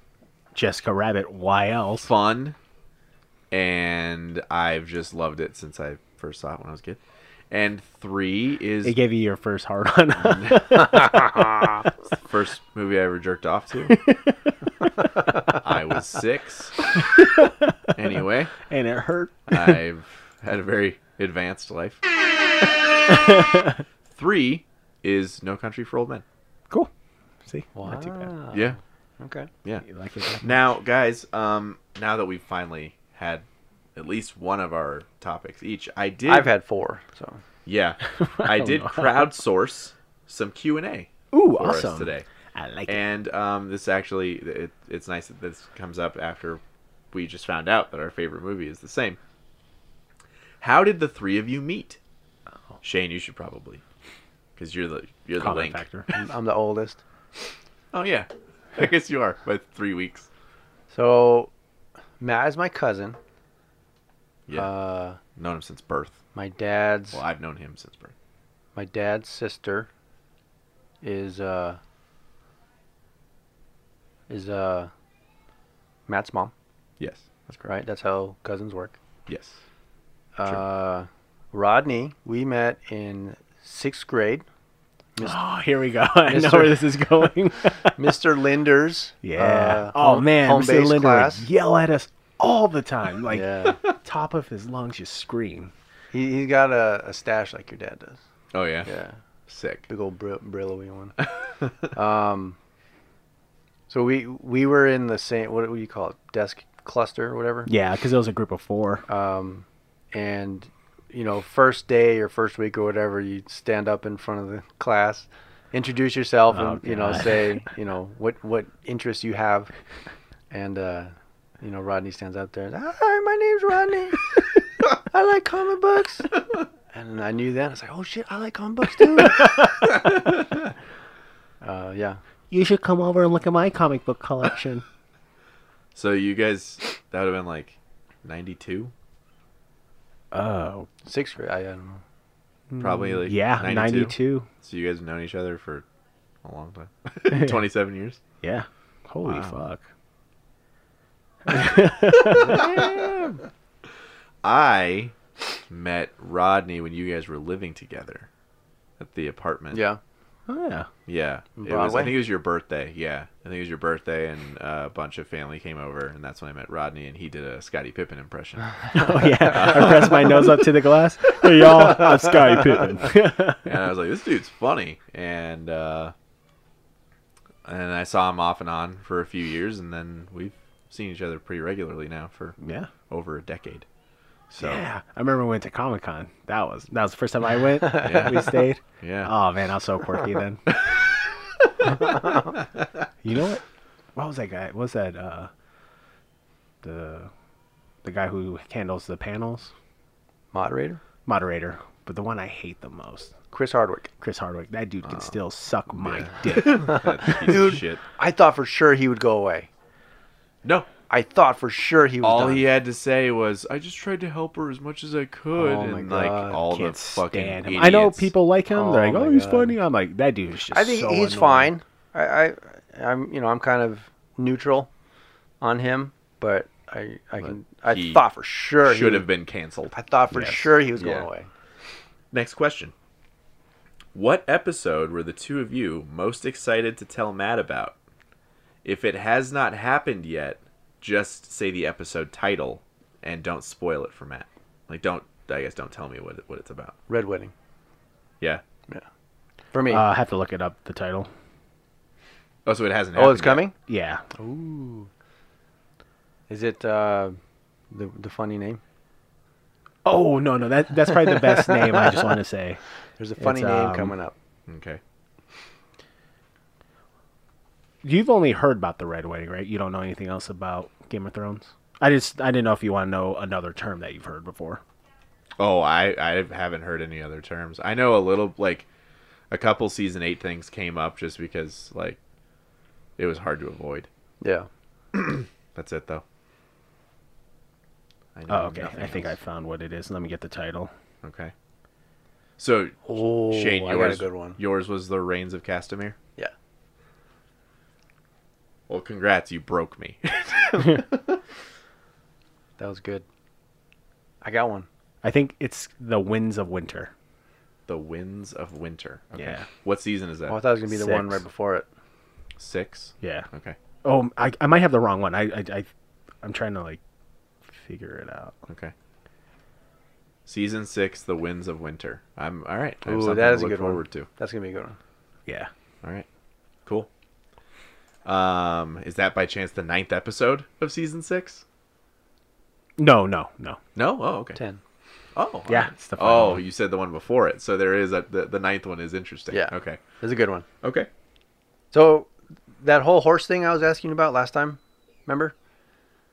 Jessica Rabbit. Why else?
fun and I've just loved it since I first saw it when I was a kid. And three is
It gave you your first hard on.
the first movie I ever jerked off to. I was six. anyway,
and it hurt.
I've had a very advanced life. three is No Country for Old Men.
Cool. See?
Wow.
Not too bad.
Yeah,
Ah, Okay.
yeah.
You like it?
Now, guys, um, now that we've finally had at least one of our topics each, I did.
I've had four. So
Yeah, I
don't
did
know.
crowdsource some Q and A
Ooh,
for
awesome.
us today,
I like it.
and um, this actually it, it's nice that this comes up after we just found out that our favorite movie is the same. How did the three of you meet? Shane, you should probably, because you're the you're the
Common
link.
factor.
I'm, I'm the oldest.
Oh yeah, I guess you are by three weeks.
So Matt is my cousin.
Yeah,
Uh,
known him since birth.
my dad's
Well, I've known him since birth.
my dad's sister is uh is uh Matt's mom.
Yes.
right? That's how cousins work.
Yes.
Uh, Rodney, we met in sixth grade.
Oh, here we go. I know
Mr.
where this is going.
Mr. Linders.
yeah.
uh,
oh
home-
man,
home
Mr.
base
Linder would
class.
yell at us all the time, like
Yeah,
top of his lungs, just scream.
he he's got a, a stash like your dad does.
Oh yeah.
Yeah,
Sick.
big old bri- brillowy one. um, so we we were in the same what do you call it desk cluster or whatever.
Yeah, because it was a group of four.
Uh,
um, and you know first day or first week or whatever you stand up in front of the class introduce yourself and
Oh,
you know
God.
say you know what what interests you have and uh you know rodney stands up there and, hi my name's rodney i like comic books and i knew that i was like oh shit i like comic books too uh yeah
You should come over and look at my comic book collection.
So you guys, that would have been like ninety-two,
oh,
sixth grade i, um, I don't know
probably like
yeah, ninety-two.
So you guys have known each other for a long time, twenty-seven years.
Yeah. Holy
Wow.
fuck.
I met Rodney when you guys were living together at the apartment.
yeah
Oh, yeah.
Yeah. It was, I
Broadway?
think it was your birthday. Yeah. I think it was your birthday, and uh, a bunch of family came over, and that's when I met Rodney, and he did a Scottie Pippen impression.
Oh yeah. I pressed my nose up to the glass. Hey y'all, I'm Sky Pittman.
and I was like, this dude's funny. And, uh, and I saw him off and on for a few years, and then we've seen each other pretty regularly now for
yeah.
over a decade. So,
Yeah. I remember we went to Comic Con. That was that was the first time I went.
Yeah.
We stayed.
yeah.
Oh man, I was so quirky then. you know what? What was that guy? What was that uh the the guy who handles the panels?
moderator
Moderator. But the one I hate the most,
chris hardwick
Chris Hardwick. That dude can still suck my
yeah.
dick.
That piece
Dude.
of shit.
i thought for sure he would go away
No,
I thought for sure he was
all
done.
he had to say was, "I just tried to help her as much as I could,"
Oh my
and like
God,
all the
Can't
fucking.
stand him.
Idiots.
I know people like him. They're
Oh
like, "Oh,
my
he's
God.
funny." I'm like, "That dude is just."
I think
so
he's
annoying."
fine. I, I, I'm, you know, I'm kind of neutral on him, but I, I can. I
he
thought for sure he
should
was-
have been canceled.
I thought for
Yes.
sure he was going
Yeah.
away.
Next question: What episode were the two of you most excited to tell Matt about? If it has not happened yet, just say the episode title and don't spoil it for Matt. Like, don't. I guess don't tell me what it, what it's about.
Red wedding
Yeah.
for me.
Uh, I have to look it up. The title.
Oh, so it hasn't.
oh,
happened
it's coming.
Yeah.
Ooh. Is it uh, the the funny name?
Oh no, no, that that's probably the best name. I just want to say.
There's a funny
It's,
name
um,
coming up.
Yet. Okay.
You've only heard about the Red Wedding, right? You don't know anything else about Game of Thrones. I just I didn't know if you want to know another term that you've heard before.
Oh, I I haven't heard any other terms. I know a little like a couple season eight things came up just because like it was hard to avoid.
Yeah.
That's it though. I know
Oh, okay.
nothing
I think I
else.
found what it is. Let me get the title.
okay. So
Oh,
Shane,
I
yours
got a good one.
yours was the reigns of Castamere.
Yeah.
Well, congrats, you broke me.
That was good. I got one.
I think it's the Winds of Winter.
the winds of winter. Okay.
Yeah.
What season is that?
Oh, I thought it was gonna be the one
Six.
right before it.
Six.
Yeah.
Okay.
Oh, I, I might have the wrong one. I I, I I'm trying to like figure it out.
Okay. Season six, the winds of winter. I'm all right. I have
Ooh,
something
that
to
is a
look
good one.
forward to.
That's gonna be a good one.
Yeah.
All right. Cool. Um, is that by chance the ninth episode of season six?
No, no, no.
No. Oh, okay.
Ten.
Oh, all
Yeah,
right.
it's the final
Oh,
one.
you said the one before it, so there is a the, the ninth one is interesting.
Yeah.
Okay.
That's a good one.
Okay.
So that whole horse thing I was asking about last time, remember?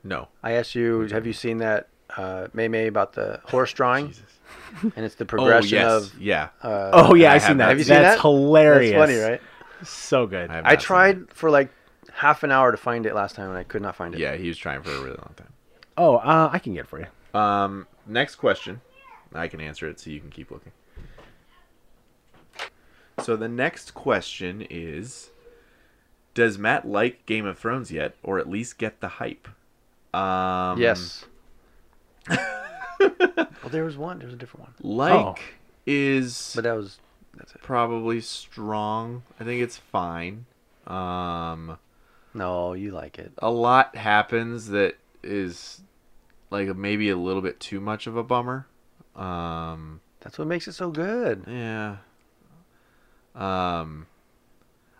No.
I asked you, have you seen that uh, May May about the horse drawing?
Jesus.
And it's the
Oh
progression
yes.
of.
yeah.
Uh,
Oh yeah,
I
I've
have
seen
that.
that.
Have you
seen
That's
that?
hilarious.
That's funny, right?
So good.
I have
I
not seen
tried for like half an hour to find it last time, and I could not find
it.
it.
Yeah, he was trying for a really long time.
Oh, uh, I can get it for you.
Um, next question. I can answer it, so you can keep looking. So the next question is: Does Matt like Game of Thrones yet, or at least get the hype? Um,
yes.
Mm-hmm.
well, there was one. There was a different one,
Like
Oh.
is
but that was that's it.
probably strong. I think it's fine. Um,
No, you like it.
a lot happens that is like maybe a little bit too much of a bummer. Um,
That's what makes it so good.
Yeah. Um,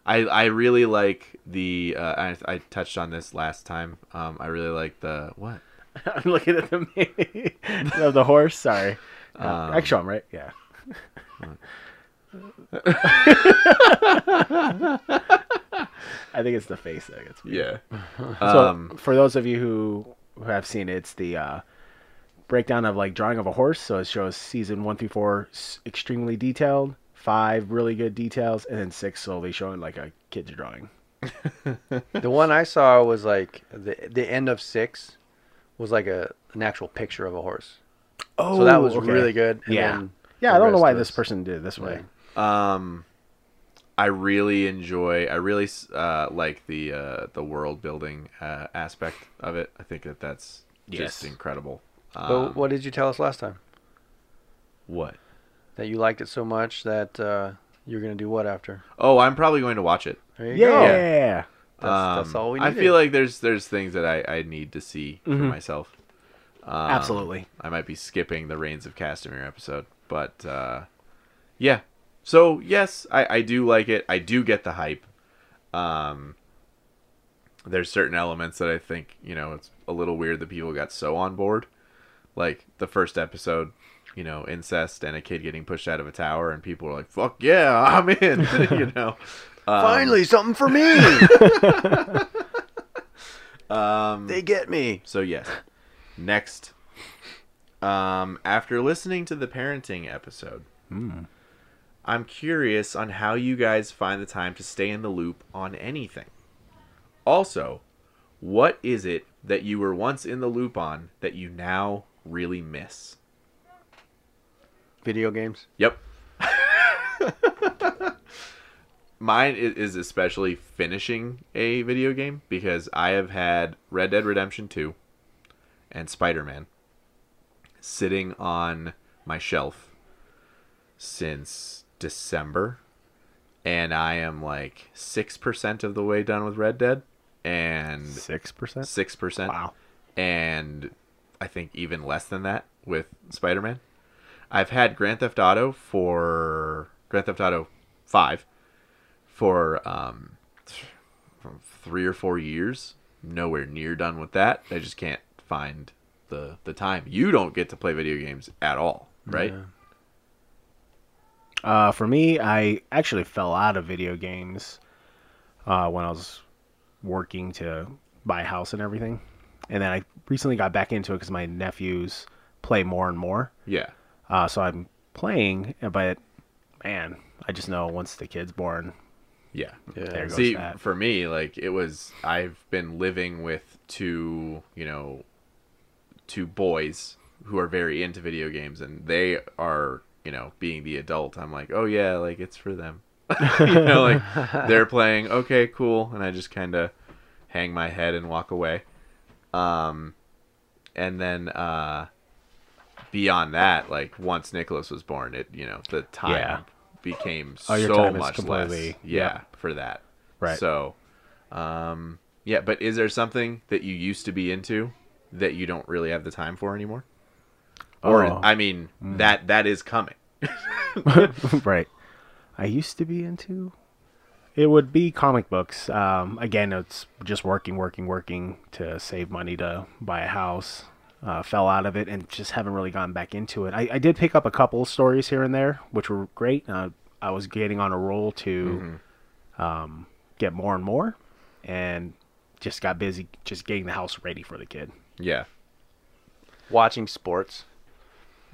I I really like the uh, I I touched on this last time. Um, I really like the what
I'm looking at the of the horse. Sorry, No,
Um,
actually, I'm right. Yeah, I think it's the face that gets me.
yeah.
So
um,
for those of you who who have seen it, it's the uh, breakdown of like drawing of a horse. So it shows season one through four s- extremely detailed, five really good details, and then six slowly showing like a kid's drawing.
The one I saw was like the the end of six was like a an actual picture of a horse.
Oh,
so that was really good. And
Yeah.
then
Yeah,
the
I don't know
rest
why
was-
this person did it this way.
um, I really enjoy. I really s- uh, like the uh, the world building uh, aspect of it. I think that that's
Yes.
just incredible.
But
Um,
what did you tell us last time?
what?
That you liked it so much that uh, you're gonna do what after?
Oh, I'm probably going to watch it. Um,
There you go.
Yeah.
That's, that's all we
I
needed.
feel like there's there's things that I, I need to see for
Mhm.
myself. Um,
Absolutely.
I might be skipping the Reigns of Castamere episode, but uh, yeah. So yes, I, I do like it. I do get the hype. Um, there's certain elements that I think you know it's a little weird that people got so on board, like the first episode. You know, incest and a kid getting pushed out of a tower, and people are like, "Fuck yeah, I'm in!" you know, Um,
finally something for me.
um,
they get me.
So yes. Next. Um, after listening to the parenting episode, I'm curious on how you guys find the time to stay in the loop on anything. Also, what is it that you were once in the loop on that you now really miss?
Video games.
Yep. Mine i- is especially finishing a video game because I have had Red Dead Redemption 2 and Spider Man sitting on my shelf since December. And I am like 6% of the way done with Red Dead and
Six percent.
six percent.
Wow.
And I think even less than that with Spider Man. I've had Grand Theft Auto for Grand Theft Auto Five for um th- from three or four years. Nowhere near done with that. I just can't find the the time. You don't get to play video games at all, right?
Uh, for me, I actually fell out of video games uh, when I was working to buy a house and everything, and then I recently got back into it because my nephews play more and more.
Yeah.
Uh, so I'm playing, but man, I just know once the kid's born,
Yeah.
There
Yeah.
goes
See,
that.
for me, like it was, I've been living with two, you know, two boys who are very into video games, and they are, you know, being the adult. I'm like, oh yeah, like it's for them. you know, like they're playing. Okay, cool, and I just kind of hang my head and walk away. Um, and then uh, beyond that, like once Nicholas was born, it you know the time
Yeah.
became
Oh, your
so
time is
much less.
completely-
Yeah,
yep.
for that.
Right.
So, um, yeah. But is there something that you used to be into that you don't really have the time for anymore? Or
Oh.
I mean,
Mm.
that that is coming.
right. I used to be into. It would be comic books. Um, again, it's just working, working, working to save money to buy a house. Uh, fell out of it and just haven't really gone back into it. I, I did pick up a couple stories here and there, which were great. Uh, I was getting on a roll to um, get more and more, and just got busy just getting the house ready for the kid.
Yeah.
Watching sports.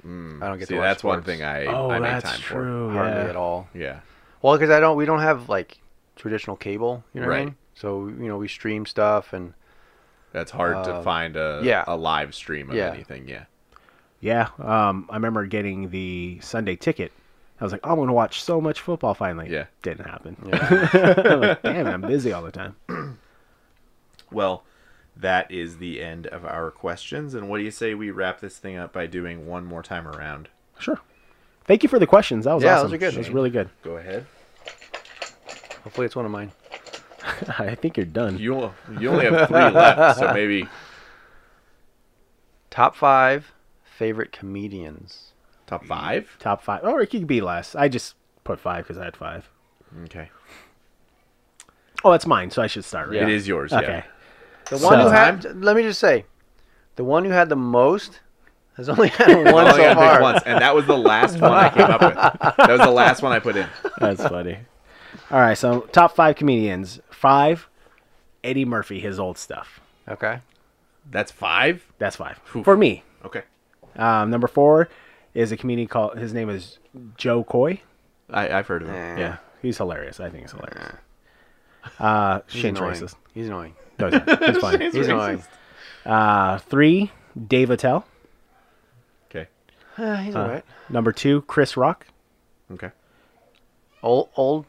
Hmm.
I don't get
See,
to watch
that's one
sports
thing I
Oh,
I make time
hardly at all.
for. Oh, Yeah.
Well, because I don't, we don't have like traditional cable, you know what I
Right.
mean? So you know, we stream stuff, and
That's hard to find a
Um, yeah.
a live stream of
Yeah.
anything. Yeah.
Yeah, um, I remember getting the Sunday ticket. I was like, I'm gonna watch so much football finally.
Yeah.
didn't happen.
yeah.
I'm like, Damn, I'm busy all the time.
Well, that is the end of our questions. And what do you say we wrap this thing up by doing one more time around?
Sure. Thank you for the questions. That was
Yeah, those
awesome.
are good.
That was really good.
Go ahead.
Hopefully, it's one of mine.
I think you're done.
You you only have three left, so maybe
Top five favorite comedians.
top five.
Top five, or it could be less. I just put five because I had five.
Okay,
Oh, that's mine, so I should start. Right?
it is yours.
Okay.
The one who
So-
had. Let me just say, the one who had the most has only had
Yeah.
one
I only
so
got to
far.
pick once, and that was the last one I came up with. That was the last one I put in.
That's funny. All right, so top five comedians. Five, Eddie Murphy, his old stuff.
Okay.
That's five.
That's five
Oof.
for me.
Okay,
Um, number four is a comedian called his name is Joe Coy.
I, I've heard of him. Yeah,
He's hilarious. I think he's hilarious. Uh,
He's
Shane's
annoying.
racist.
He's annoying.
No, he's not. He's funny.
He's annoying.
Uh, three, Dave Attell.
Okay,
Uh, he's alright.
Number two, Chris Rock.
okay.
Old, old.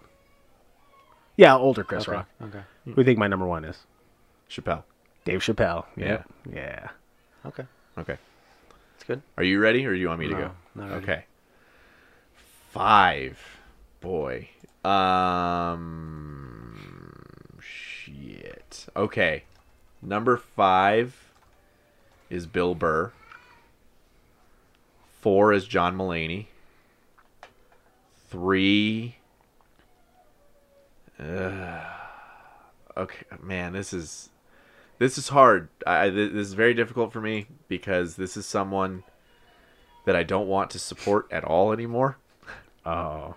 Yeah, older Chris Rock.
Okay.
Who do you think my number one is?
Chappelle.
Dave Chappelle.
Yeah.
Yeah.
Okay.
Okay.
It's good.
Are you ready, or do you want me to
No,
go?
not ready.
Okay. Five, boy. Um, shit. Okay, number five is Bill Burr. Four is John Mulaney. Three. Ugh. okay, man, this is this is hard. I, I- this is very difficult for me because this is someone that I don't want to support at all anymore.
Oh.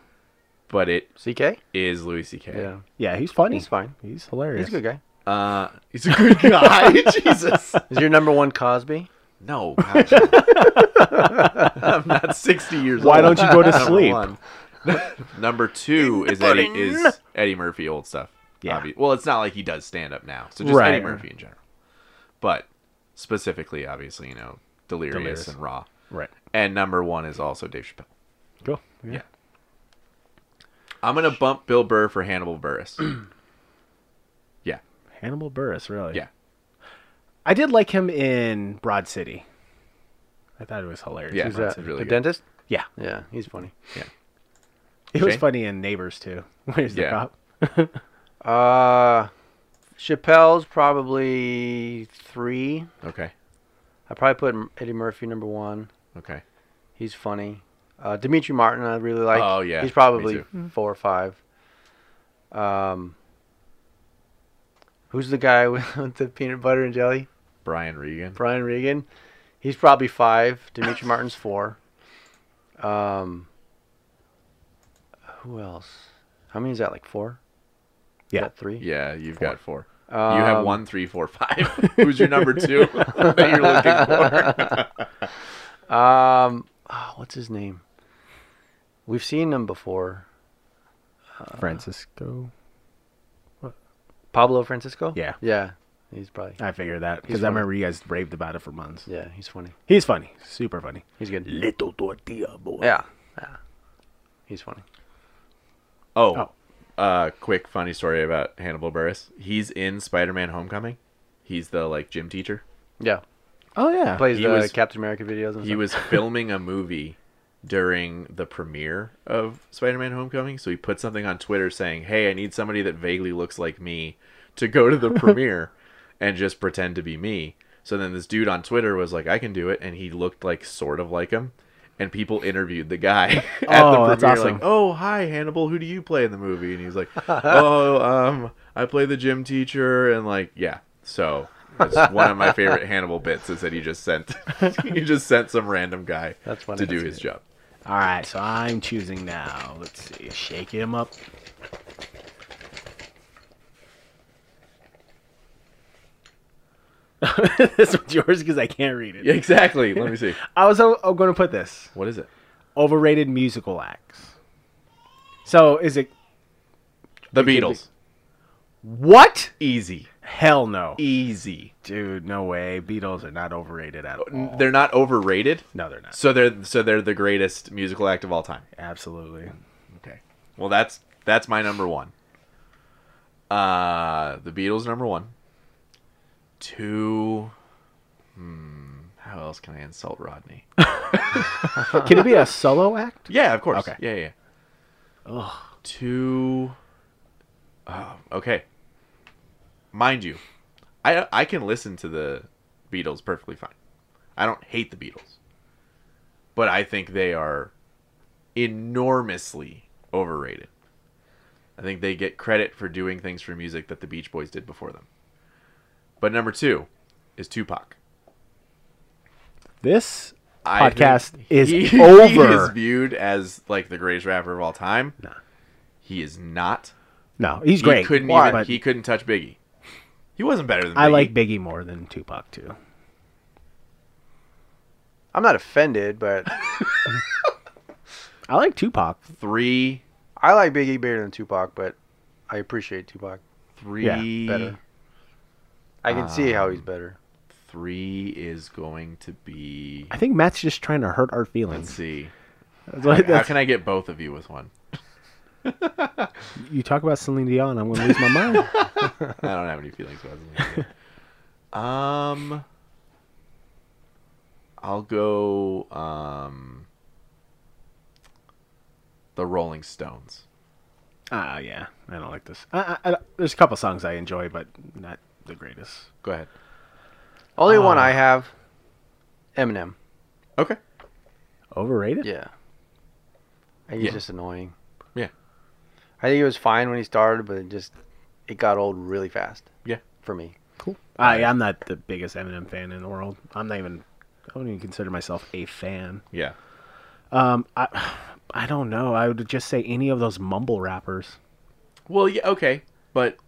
But it
CK.
is Louis C.K.
Yeah.
Yeah, he's funny.
He's fine.
He's hilarious.
He's a good guy.
Uh, he's a good guy. Jesus.
Is your number one Cosby?
No. God. I'm not 60 years
Why
old.
don't you go to sleep?
Number one. Number two is Eddie, is Eddie Murphy old stuff.
Yeah.
Obvi- Well, it's not like he does stand up now. So just
Right.
Eddie Murphy in general. But specifically, obviously, you know, Delirious,
Delirious.
and Raw.
Right.
And number one is also Dave Chappelle.
Cool.
Yeah. I'm going to bump Bill Burr for Hannibal Burris. yeah.
Hannibal Burris, really.
Yeah.
I did like him in Broad City. I thought it was hilarious.
Yeah.
He was
Is
in-
That's
that
really
the
good.
dentist?
yeah.
Yeah, he's funny.
It was
Shane?
funny in Neighbors too. Where's the
Yeah.
cop?
Uh, Chappelle's probably three.
Okay.
I probably put M- Eddie Murphy number one.
Okay.
He's funny. Uh, Dimitri Martin, I really like.
Oh, yeah,
he's
me
probably
too.
four or five. Um, who's the guy with, with the peanut butter and jelly?
Brian Regan.
Brian Regan. He's probably five. Dimitri Martin's four. Um, who else? How many is that? Like four? Is
Yeah.
that three.
Yeah, you've got four.
Um,
you have one, three, four, five. Who's your number two that you're looking for?
Um, ah, what's his name? We've seen him before.
Francisco.
Pablo Francisco.
Yeah.
yeah, he's probably.
I figured that
He's
because I
funny.
remember you guys raved about it for months.
Yeah, he's funny.
He's funny, super funny.
He's good.
Little tortilla boy.
Yeah, yeah, he's funny.
Oh, uh, quick funny story about Hannibal Burris. He's in Spider-Man: Homecoming. He's the like gym teacher.
Yeah,
Oh yeah.
plays
He
the
was-
Captain America videos. And
He
stuff.
was filming a movie during the premiere of Spider-Man: Homecoming, so he put something on Twitter saying, "Hey, I need somebody that vaguely looks like me to go to the premiere and just pretend to be me." So then this dude on Twitter was like, "I can do it," and he looked like sort of like him. And people interviewed the guy at
Oh,
the
that's
premiere,
awesome.
like, "Oh, hi Hannibal, who do you play in the movie?" And he's like, "Oh, um, I play the gym teacher," and like, yeah. So it's one of my favorite Hannibal bits is that he just sent he just sent some random guy
That's funny.
to do
That's
his
good.
job.
All right, so I'm choosing now. Let's see, shake him up. this one's yours because I can't read it.
Yeah, exactly. Let me see.
I was going to put this
What is it?
overrated musical acts. So is it
The Beatles.
what?
Easy.
Hell no,
Easy.
dude, no way. Beatles are not overrated at all.
They're not overrated.
No, they're not.
So they're so they're the greatest musical act of all time.
Absolutely.
Okay. Well, that's that's my number one. Uh, the Beatles number one. two. Hmm, how else can I insult Rodney?
Can it be a solo act?
Yeah, of course.
Okay.
Yeah, yeah. Ugh. Two. Oh, okay. Mind you, I I can listen to the Beatles perfectly fine. I don't hate the Beatles, but I think they are enormously overrated. I think they get credit for doing things for music that the Beach Boys did before them. But number two is Tupac.
This
I think
podcast is
he
over.
is viewed as like the greatest rapper of all time. He is not.
no, he's
He
great.
couldn't
Why?
even,
But
he couldn't touch Biggie. He wasn't better than Biggie.
I like Biggie more than Tupac too.
I'm not offended, but
I like Tupac.
three
I like Biggie better than Tupac. But I appreciate Tupac.
three
better. I can see how he's
Um,
better.
three is going to be
I think Matt's just trying to hurt our
let's
feelings.
see.
That's what-
How
that's-
can I get both of you with one?
you talk about Celine Dion, I'm gonna lose my mind.
I don't have any feelings about this. um, I'll go. Um, the Rolling Stones.
Ah, yeah, I don't like this. I, I, I, there's a couple songs I enjoy, but not the greatest.
Go ahead.
Only one I have, Eminem.
Okay.
Overrated?
Yeah. I think he's
Yeah.
just annoying.
Yeah.
I think it was fine when he started, but it just it got old really fast.
Yeah.
For me.
Cool. I, I'm not the biggest Eminem fan in the world. I'm not even. I don't even consider myself a fan.
Yeah.
Um, I, I don't know. I would just say any of those mumble rappers.
Well, yeah. Okay, but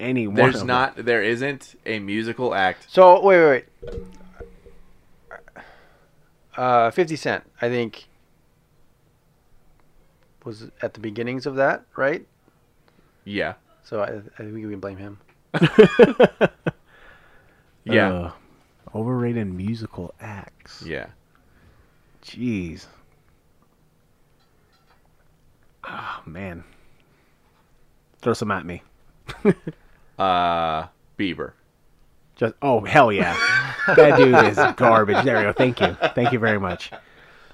Any one. of
there's
them.
not. There isn't a musical act.
So wait, wait, wait. Uh, Fifty Cent, I think, was at the beginnings of that, right?
Yeah.
So I, I think we can blame him.
Yeah.
Uh, overrated musical acts.
yeah.
Jeez. Oh man. Throw some at me.
Uh, Bieber.
Just oh hell yeah, that dude is garbage. There we go. Thank you, thank you very much.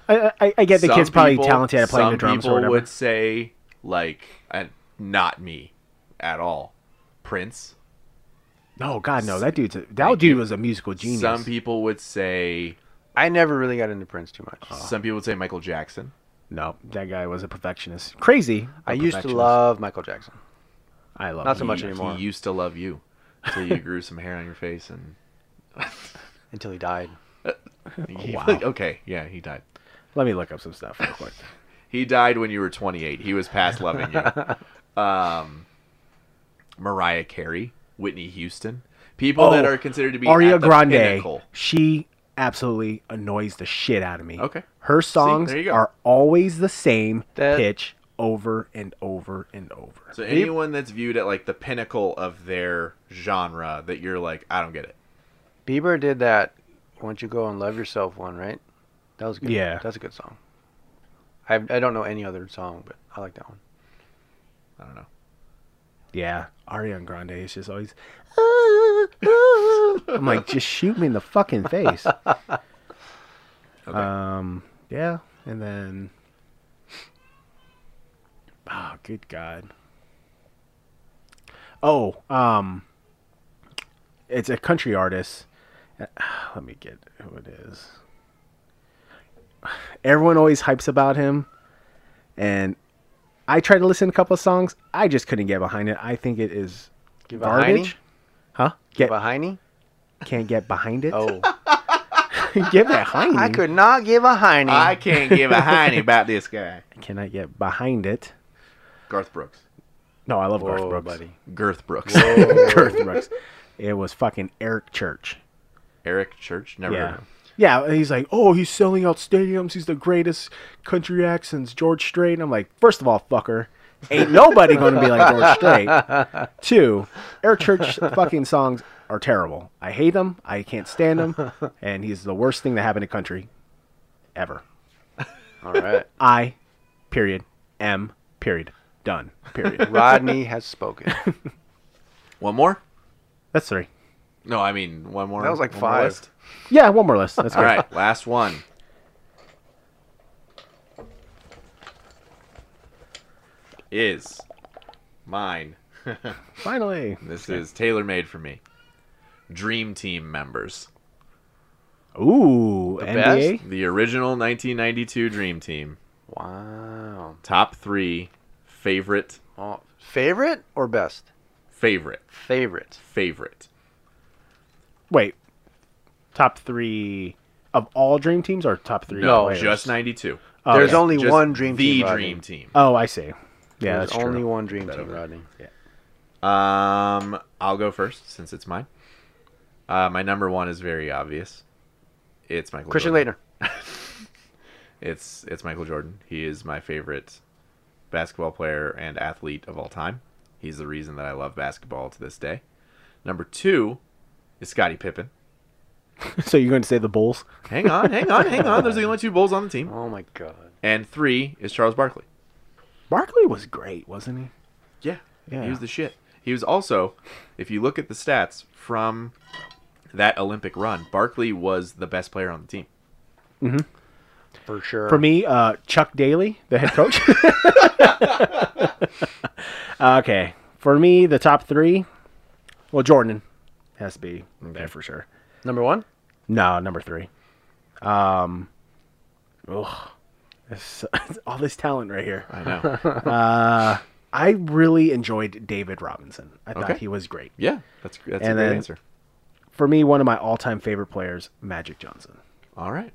I I, I get the
Some
kid's probably
people-
talented at playing
some
the drums
people
or whatever.
would say like, and not me, at all. Prince.
Oh god, no, that dude's a, that dude was a musical genius.
Some people would say.
I never really got into Prince too much.
Oh,
Some people would say Michael Jackson.
no, that guy was a perfectionist. Crazy. but
I used to
perfectionist.
love Michael Jackson.
I love.
not so
him.
much
he,
anymore.
He used to love you until you grew some hair on your face and.
until he died.
He-
Oh, Wow.
okay. Yeah, he died.
Let me look up some stuff real quick.
He died when you were 28. He was past loving you. um, Mariah Carey, Whitney Houston, people that
Oh,
are considered to be
Aria
at the
Grande.
pinnacle.
She absolutely annoys the shit out of me.
Okay.
Her songs
there you go.
are always the same
That-
pitch over and over and over.
So anyone that's viewed at like the pinnacle of their genre, that you're like, I don't get it.
Bieber did that. Once you go and love yourself, one right? That was good.
Yeah.
that's a good song. I I don't know any other song, but I like that one.
I don't know.
Yeah, Ariana Grande is just always. "Ah, ah." I'm like, just shoot me in the fucking face. Um, yeah, and then. Oh, good God. Oh, um, it's a country artist. Uh, Let me get who it is. Everyone always hypes about him, and I tried to listen to a couple of songs. I just couldn't get behind it. I think it is
Give a hiney.
garbage. Huh? Get
Give a hiney.
can't get behind it.
Oh,
get behind.
I could not give a hiney.
I can't give a hiney about this guy.
Can I get behind it?
Garth Brooks.
No, I love
Whoa,
Garth Brooks.
buddy.
Girth Brooks.
Garth Brooks. It was fucking Eric Church.
Eric Church. Never heard of
Yeah.
him.
Yeah, and he's like, oh, he's selling out stadiums. He's the greatest country accents, George Strait. And I'm like, first of all, fucker, ain't nobody going to be like George Strait. Two, Eric Church fucking songs are terrible. I hate them. I can't stand them. And he's the worst thing that happened to country ever.
All right,
I, period, M, period, done, period.
Rodney has spoken.
One more.
That's three.
No, I mean one more.
That was like
one more
five.
list.
Yeah, one more list. That's
All
good.
right, last one. Is mine.
Finally.
This is tailor made for me. Dream Team members.
Ooh, NBA.
The original 1992 Dream Team.
Wow.
Top three favorite,
Oh, favorite or best?
favorite,
Favorite.
favorite.
Wait, top three of all dream teams or top three?
No,
players?
Just 92.
Oh,
There's
yeah.
only
Just
one dream
the
team. Rodney.
Dream Team.
Oh, I see. Yeah,
There's
that's
only
true.
one dream
That
team,
over.
Rodney.
Um, I'll go first since it's mine. Uh, my number one is very obvious. It's Michael.
Christian
Jordan.
Leitner.
It's it's Michael Jordan. He is my favorite basketball player and athlete of all time. He's the reason that I love basketball to this day. Number two is Scottie Pippen.
so you're going to say the Bulls?
Hang on, hang on, hang on. There's the only two Bulls on the team.
Oh my god.
And three is Charles Barkley.
Barkley was great, wasn't he?
Yeah.
Yeah.
He was the shit. He was also, if you look at the stats from that Olympic run, Barkley was the best player on the team.
For sure.
For me, uh, Chuck Daly, the head coach. okay, for me, the top three. Well, Jordan has to be there for sure.
Number one?
No, number three. Um, ugh, This- all this talent right here.
I know.
I really enjoyed David Robinson. I
Okay.
thought he was great.
yeah, that's that's a
And
great
then-
answer.
For me, one of my all-time favorite players, Magic Johnson.
All right.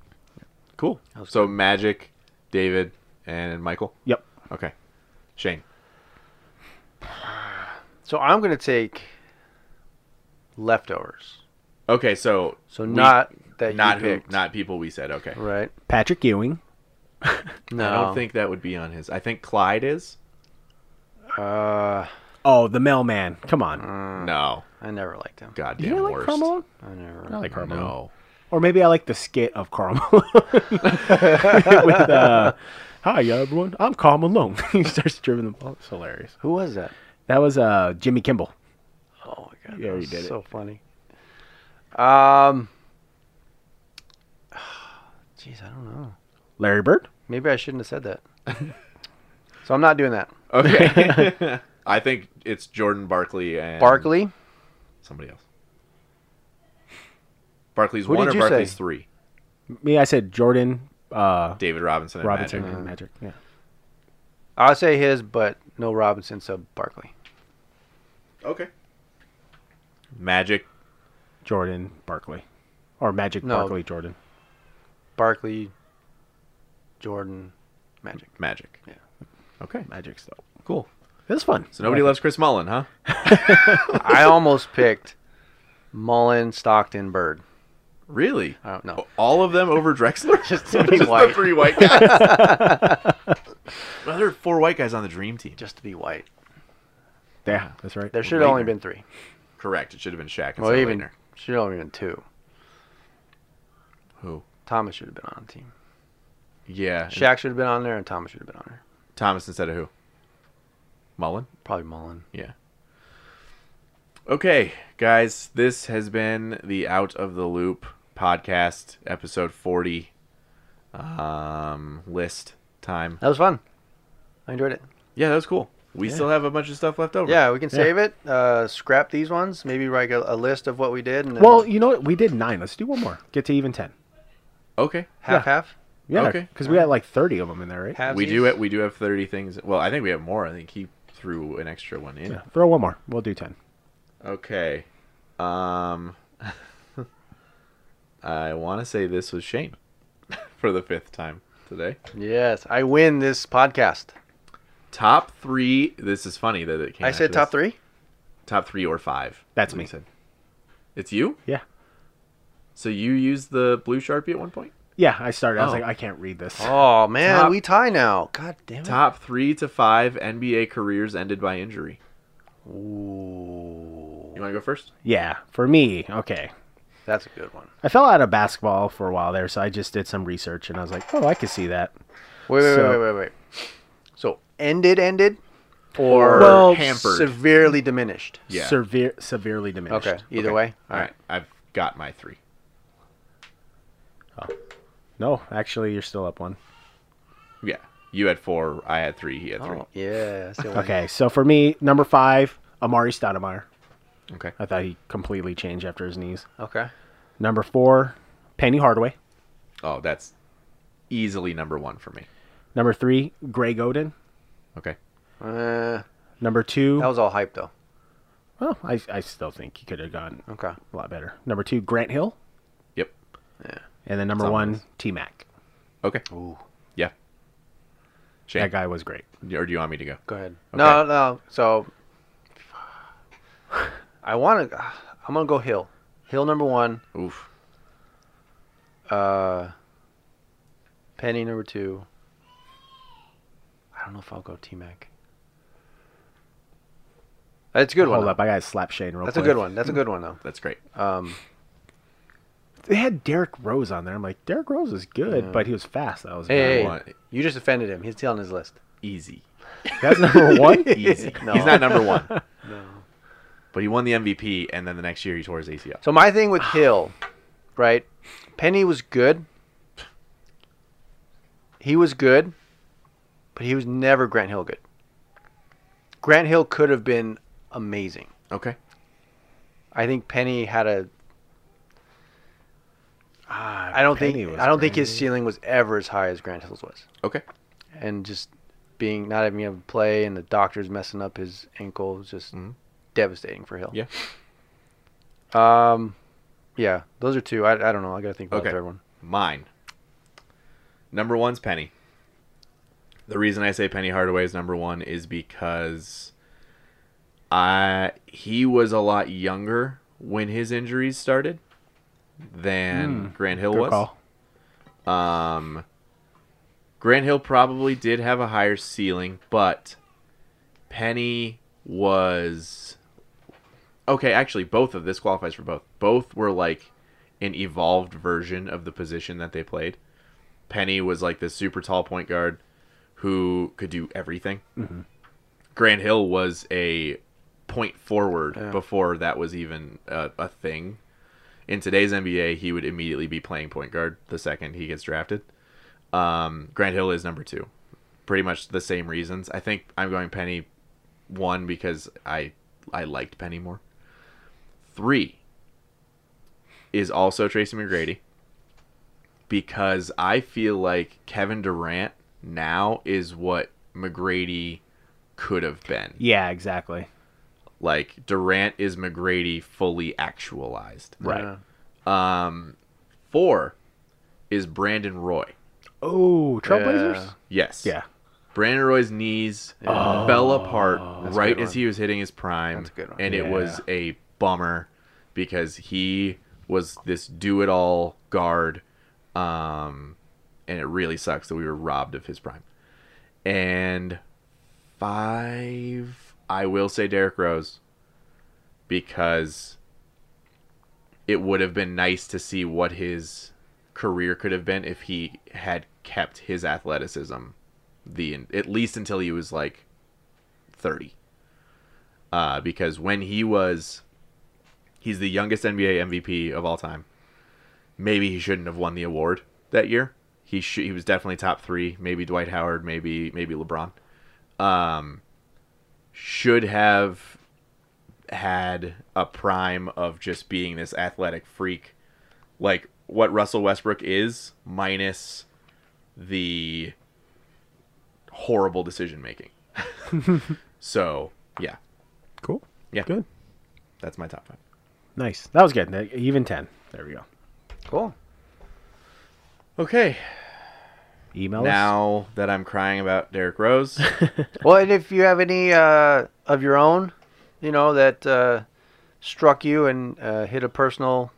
Cool. So Magic, David, and Michael.
Yep.
Okay. Shane.
So I'm gonna take leftovers.
Okay, so
So
we-
not that
not
you
who,
picked.
not people we said. Okay.
right.
Patrick Ewing.
No,
I don't think that would be on his. I think Clyde is.
Uh,
Oh, the mailman. Come on.
no.
I never liked him.
Do
Goddamn
you like
Mm. worst.
Karl Malone?
I never.
I like Karl Malone.
No.
Or maybe I like the skit of Karl Malone. With, uh, Hi, everyone. I'm Karl Malone. he starts dribbling the ball. It's hilarious.
Who was that?
That was uh, Jimmy Kimball.
Oh my god.
Yeah,
that
you
was
did it.
So funny. Um. Jeez, I don't know.
Larry Bird.
Maybe I shouldn't have said that. so I'm not doing that.
Okay. I think it's Jordan Barkley and
Barkley.
Somebody else. Barkley's
Who
one
did
or
you
Barkley's
say?
three.
Me, I said Jordan uh,
David Robinson and
Robinson
Magic. Uh-huh.
and Magic. Yeah.
I'll say his, but no Robinson, so Barkley.
Okay. Magic.
Jordan Barkley. Or Magic
No.
Barkley Jordan.
Barkley. Jordan. Magic.
Magic.
Yeah.
Okay.
Magic stuff.
Cool.
It was fun.
So nobody
Yeah.
loves Chris Mullen, huh?
I almost picked Mullen, Stockton, Bird.
Really?
I don't know.
All of them over Drexler?
Just to be
Just the
white.
three white guys. well, there are four white guys on the dream team.
Just to be white.
Yeah, that's right.
There should have only
Leitner.
been three.
Correct. It should have been Shaq and
Well, even
Leitner.
should have only been two.
Who?
Thomas should have been on the team.
Yeah. and
Shaq should have been on there, and Thomas should have been on there.
Thomas instead of who? Mullen?
Probably Mullen.
Yeah. Okay, guys, this has been the Out of the Loop podcast, episode 40. Um, list time.
That was fun. I enjoyed it.
Yeah, that was cool. We still have a bunch of stuff left over.
Yeah, we can save it. Uh, scrap these ones. Maybe like a, a list of what we did. And then
Well, you know what? We did nine. Let's do one more. Get to even ten.
Okay.
half half.
Yeah,
Okay.
because we had like thirty of them in there, right?
half.
We do it. We do have 30 things. Well, I think we have more. I think he threw an extra one in.
Yeah. Throw one more. We'll do ten.
Okay. Um I want to say this was Shane for the fifth time today.
Yes, I win this podcast.
Top 3, this is funny that it came
I said
after
top
this.
three.
Top 3 or 5.
That's
what
me.
you Said. It's you?
Yeah.
So you used the blue Sharpie at one point?
Yeah, I started. I was
Oh.
like, I can't read this.
Oh man,
Top-
we tie now. God damn it.
Top 3 to 5 NBA careers ended by injury.
Ooh,
You want to go first?
Yeah, for me, okay.
that's a good one.
I fell out of basketball for a while there, so I just did some research and I was like, oh, I could see that.
Wait, wait,
So-
wait, wait, wait, wait. So ended, ended.
or
Well,
hampered.
Severely diminished.
yeah.
Severe, severely diminished.
Okay. Either way.
All right, I've got my three.
No, actually, you're still up one.
Yeah, you had four. I had three. He had three.
Oh, yeah. still winning.
Okay, so for me, number five, Amari Stoudemire.
Okay.
I thought he completely changed after his knees.
Okay.
Number four, Penny Hardaway.
Oh, that's easily number one for me.
Number three, Greg Oden.
Okay.
Uh,
Number two,
that was all hype though.
well, I, I still think he could have gone
Okay.
a lot better. Number two, Grant Hill.
Yep.
And then number
Some
one,
ways.
T Mac.
Okay.
Ooh.
Yeah. Shane,
That guy was great.
or do you want me to go?
Go ahead.
Okay.
No, no. So I want to. I'm gonna go Hill. Hill number one.
Oof.
Uh, Penny number two. I don't know if I'll go T Mac. That's a good
Hold
one.
up,
though.
I gotta slap Shane real
That's a
quick.
good one. That's a good one though.
That's great.
Um,
They had Derrick Rose on there. I'm like, Derrick Rose is good,
Yeah.
but he was fast. That was
hey, hey,
want-
you just offended him. He's still on his list.
Easy.
that's number one.
Easy.
No.
He's not number one.
No.
But he won the MVP, and then the next year he tore his ACL.
So my thing with Hill, right? Penny was good. He was good, but he was never Grant Hill good. Grant Hill could have been amazing.
Okay.
I think Penny had a.
Ah,
I don't
Penny
think
was
I don't think
great.
his ceiling was ever as high as Grant Hill's was,
Okay.
and just being not having able to play and the doctors messing up his ankle was just
Mhm.
devastating for Hill.
Yeah.
Um, yeah, those are two. I, I don't know. I gotta think about
Okay.
the third one.
Mine. Number one's Penny. The reason I say Penny Hardaway is number one is because I he was a lot younger when his injuries started than Grant Hill
Hmm. Good
was.
call.
Um, Grant Hill probably did have a higher ceiling, but Penny was okay. Actually, both of this qualifies for both. Both were like an evolved version of the position that they played. Penny was like this super tall point guard who could do everything. Grant Hill was a point forward before that was even a, a thing in today's NBA, he would immediately be playing point guard the second he gets drafted. Um, Grant Hill is number two. Pretty much the same reasons. I think I'm going Penny one because I I liked Penny more. Three is also Tracy McGrady because I feel like Kevin Durant now is what McGrady could have been.
Yeah, exactly.
Like Durant is McGrady fully actualized.
Right.
Yeah.
Um, four is Brandon Roy.
Oh, Trailblazers.
Yeah.
Yes.
Yeah.
Brandon Roy's knees fell apart
Oh, a
right
good
as
one.
he was hitting his prime,
That's a good one.
and it
Yeah.
was a bummer because he was this do-it-all guard, um, and it really sucks that we were robbed of his prime. And five, I will say Derrick Rose because it would have been nice to see what his career could have been if he had kept his athleticism the at least until he was like 30 uh, because when he was he's the youngest nba mvp of all time maybe he shouldn't have won the award that year he sh- he was definitely top three maybe dwight howard maybe maybe lebron um, should have had a prime of just being this athletic freak like what russell westbrook is minus the horrible decision making. so yeah,
Cool.
Yeah.
Good.
that's my top five.
Nice. That was good. Even ten. There we go.
Cool.
Okay,
Email us.
now that I'm crying about Derrick Rose,
Well, and if you have any uh, of your own, you know that uh, struck you and uh, hit a personal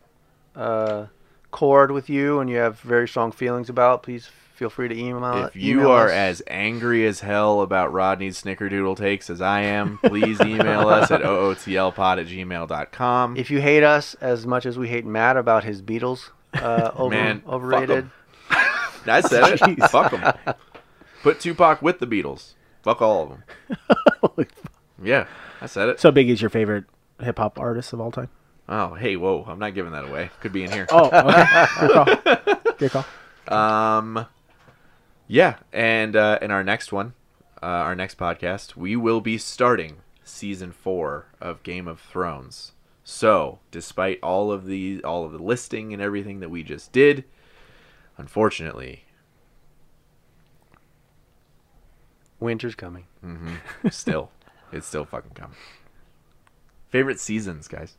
uh, chord with you, and you have very strong feelings about, please feel free to email.
if you
Uh, email
are
us.
as angry as hell about Rodney's snickerdoodle takes as I am, please email us at ootlpod at gmail.com.
if you hate us as much as we hate Matt about his Beatles uh, over,
Man, fuck 'em.
overrated.
I said it. Fuck 'em. Put Tupac with the Beatles. Fuck all of them. Yeah, I said it.
so Big is your favorite hip hop artist of all time?
Oh, hey, whoa! I'm not giving that away. Could be in here.
Oh, okay. Good call. Good call.
Um, yeah, and uh, in our next one, uh, our next podcast, we will be starting season four of Game of Thrones. So, despite all of the all of the listing and everything that we just did, unfortunately,
Winter's coming.
still, it's still fucking coming. Favorite seasons, guys.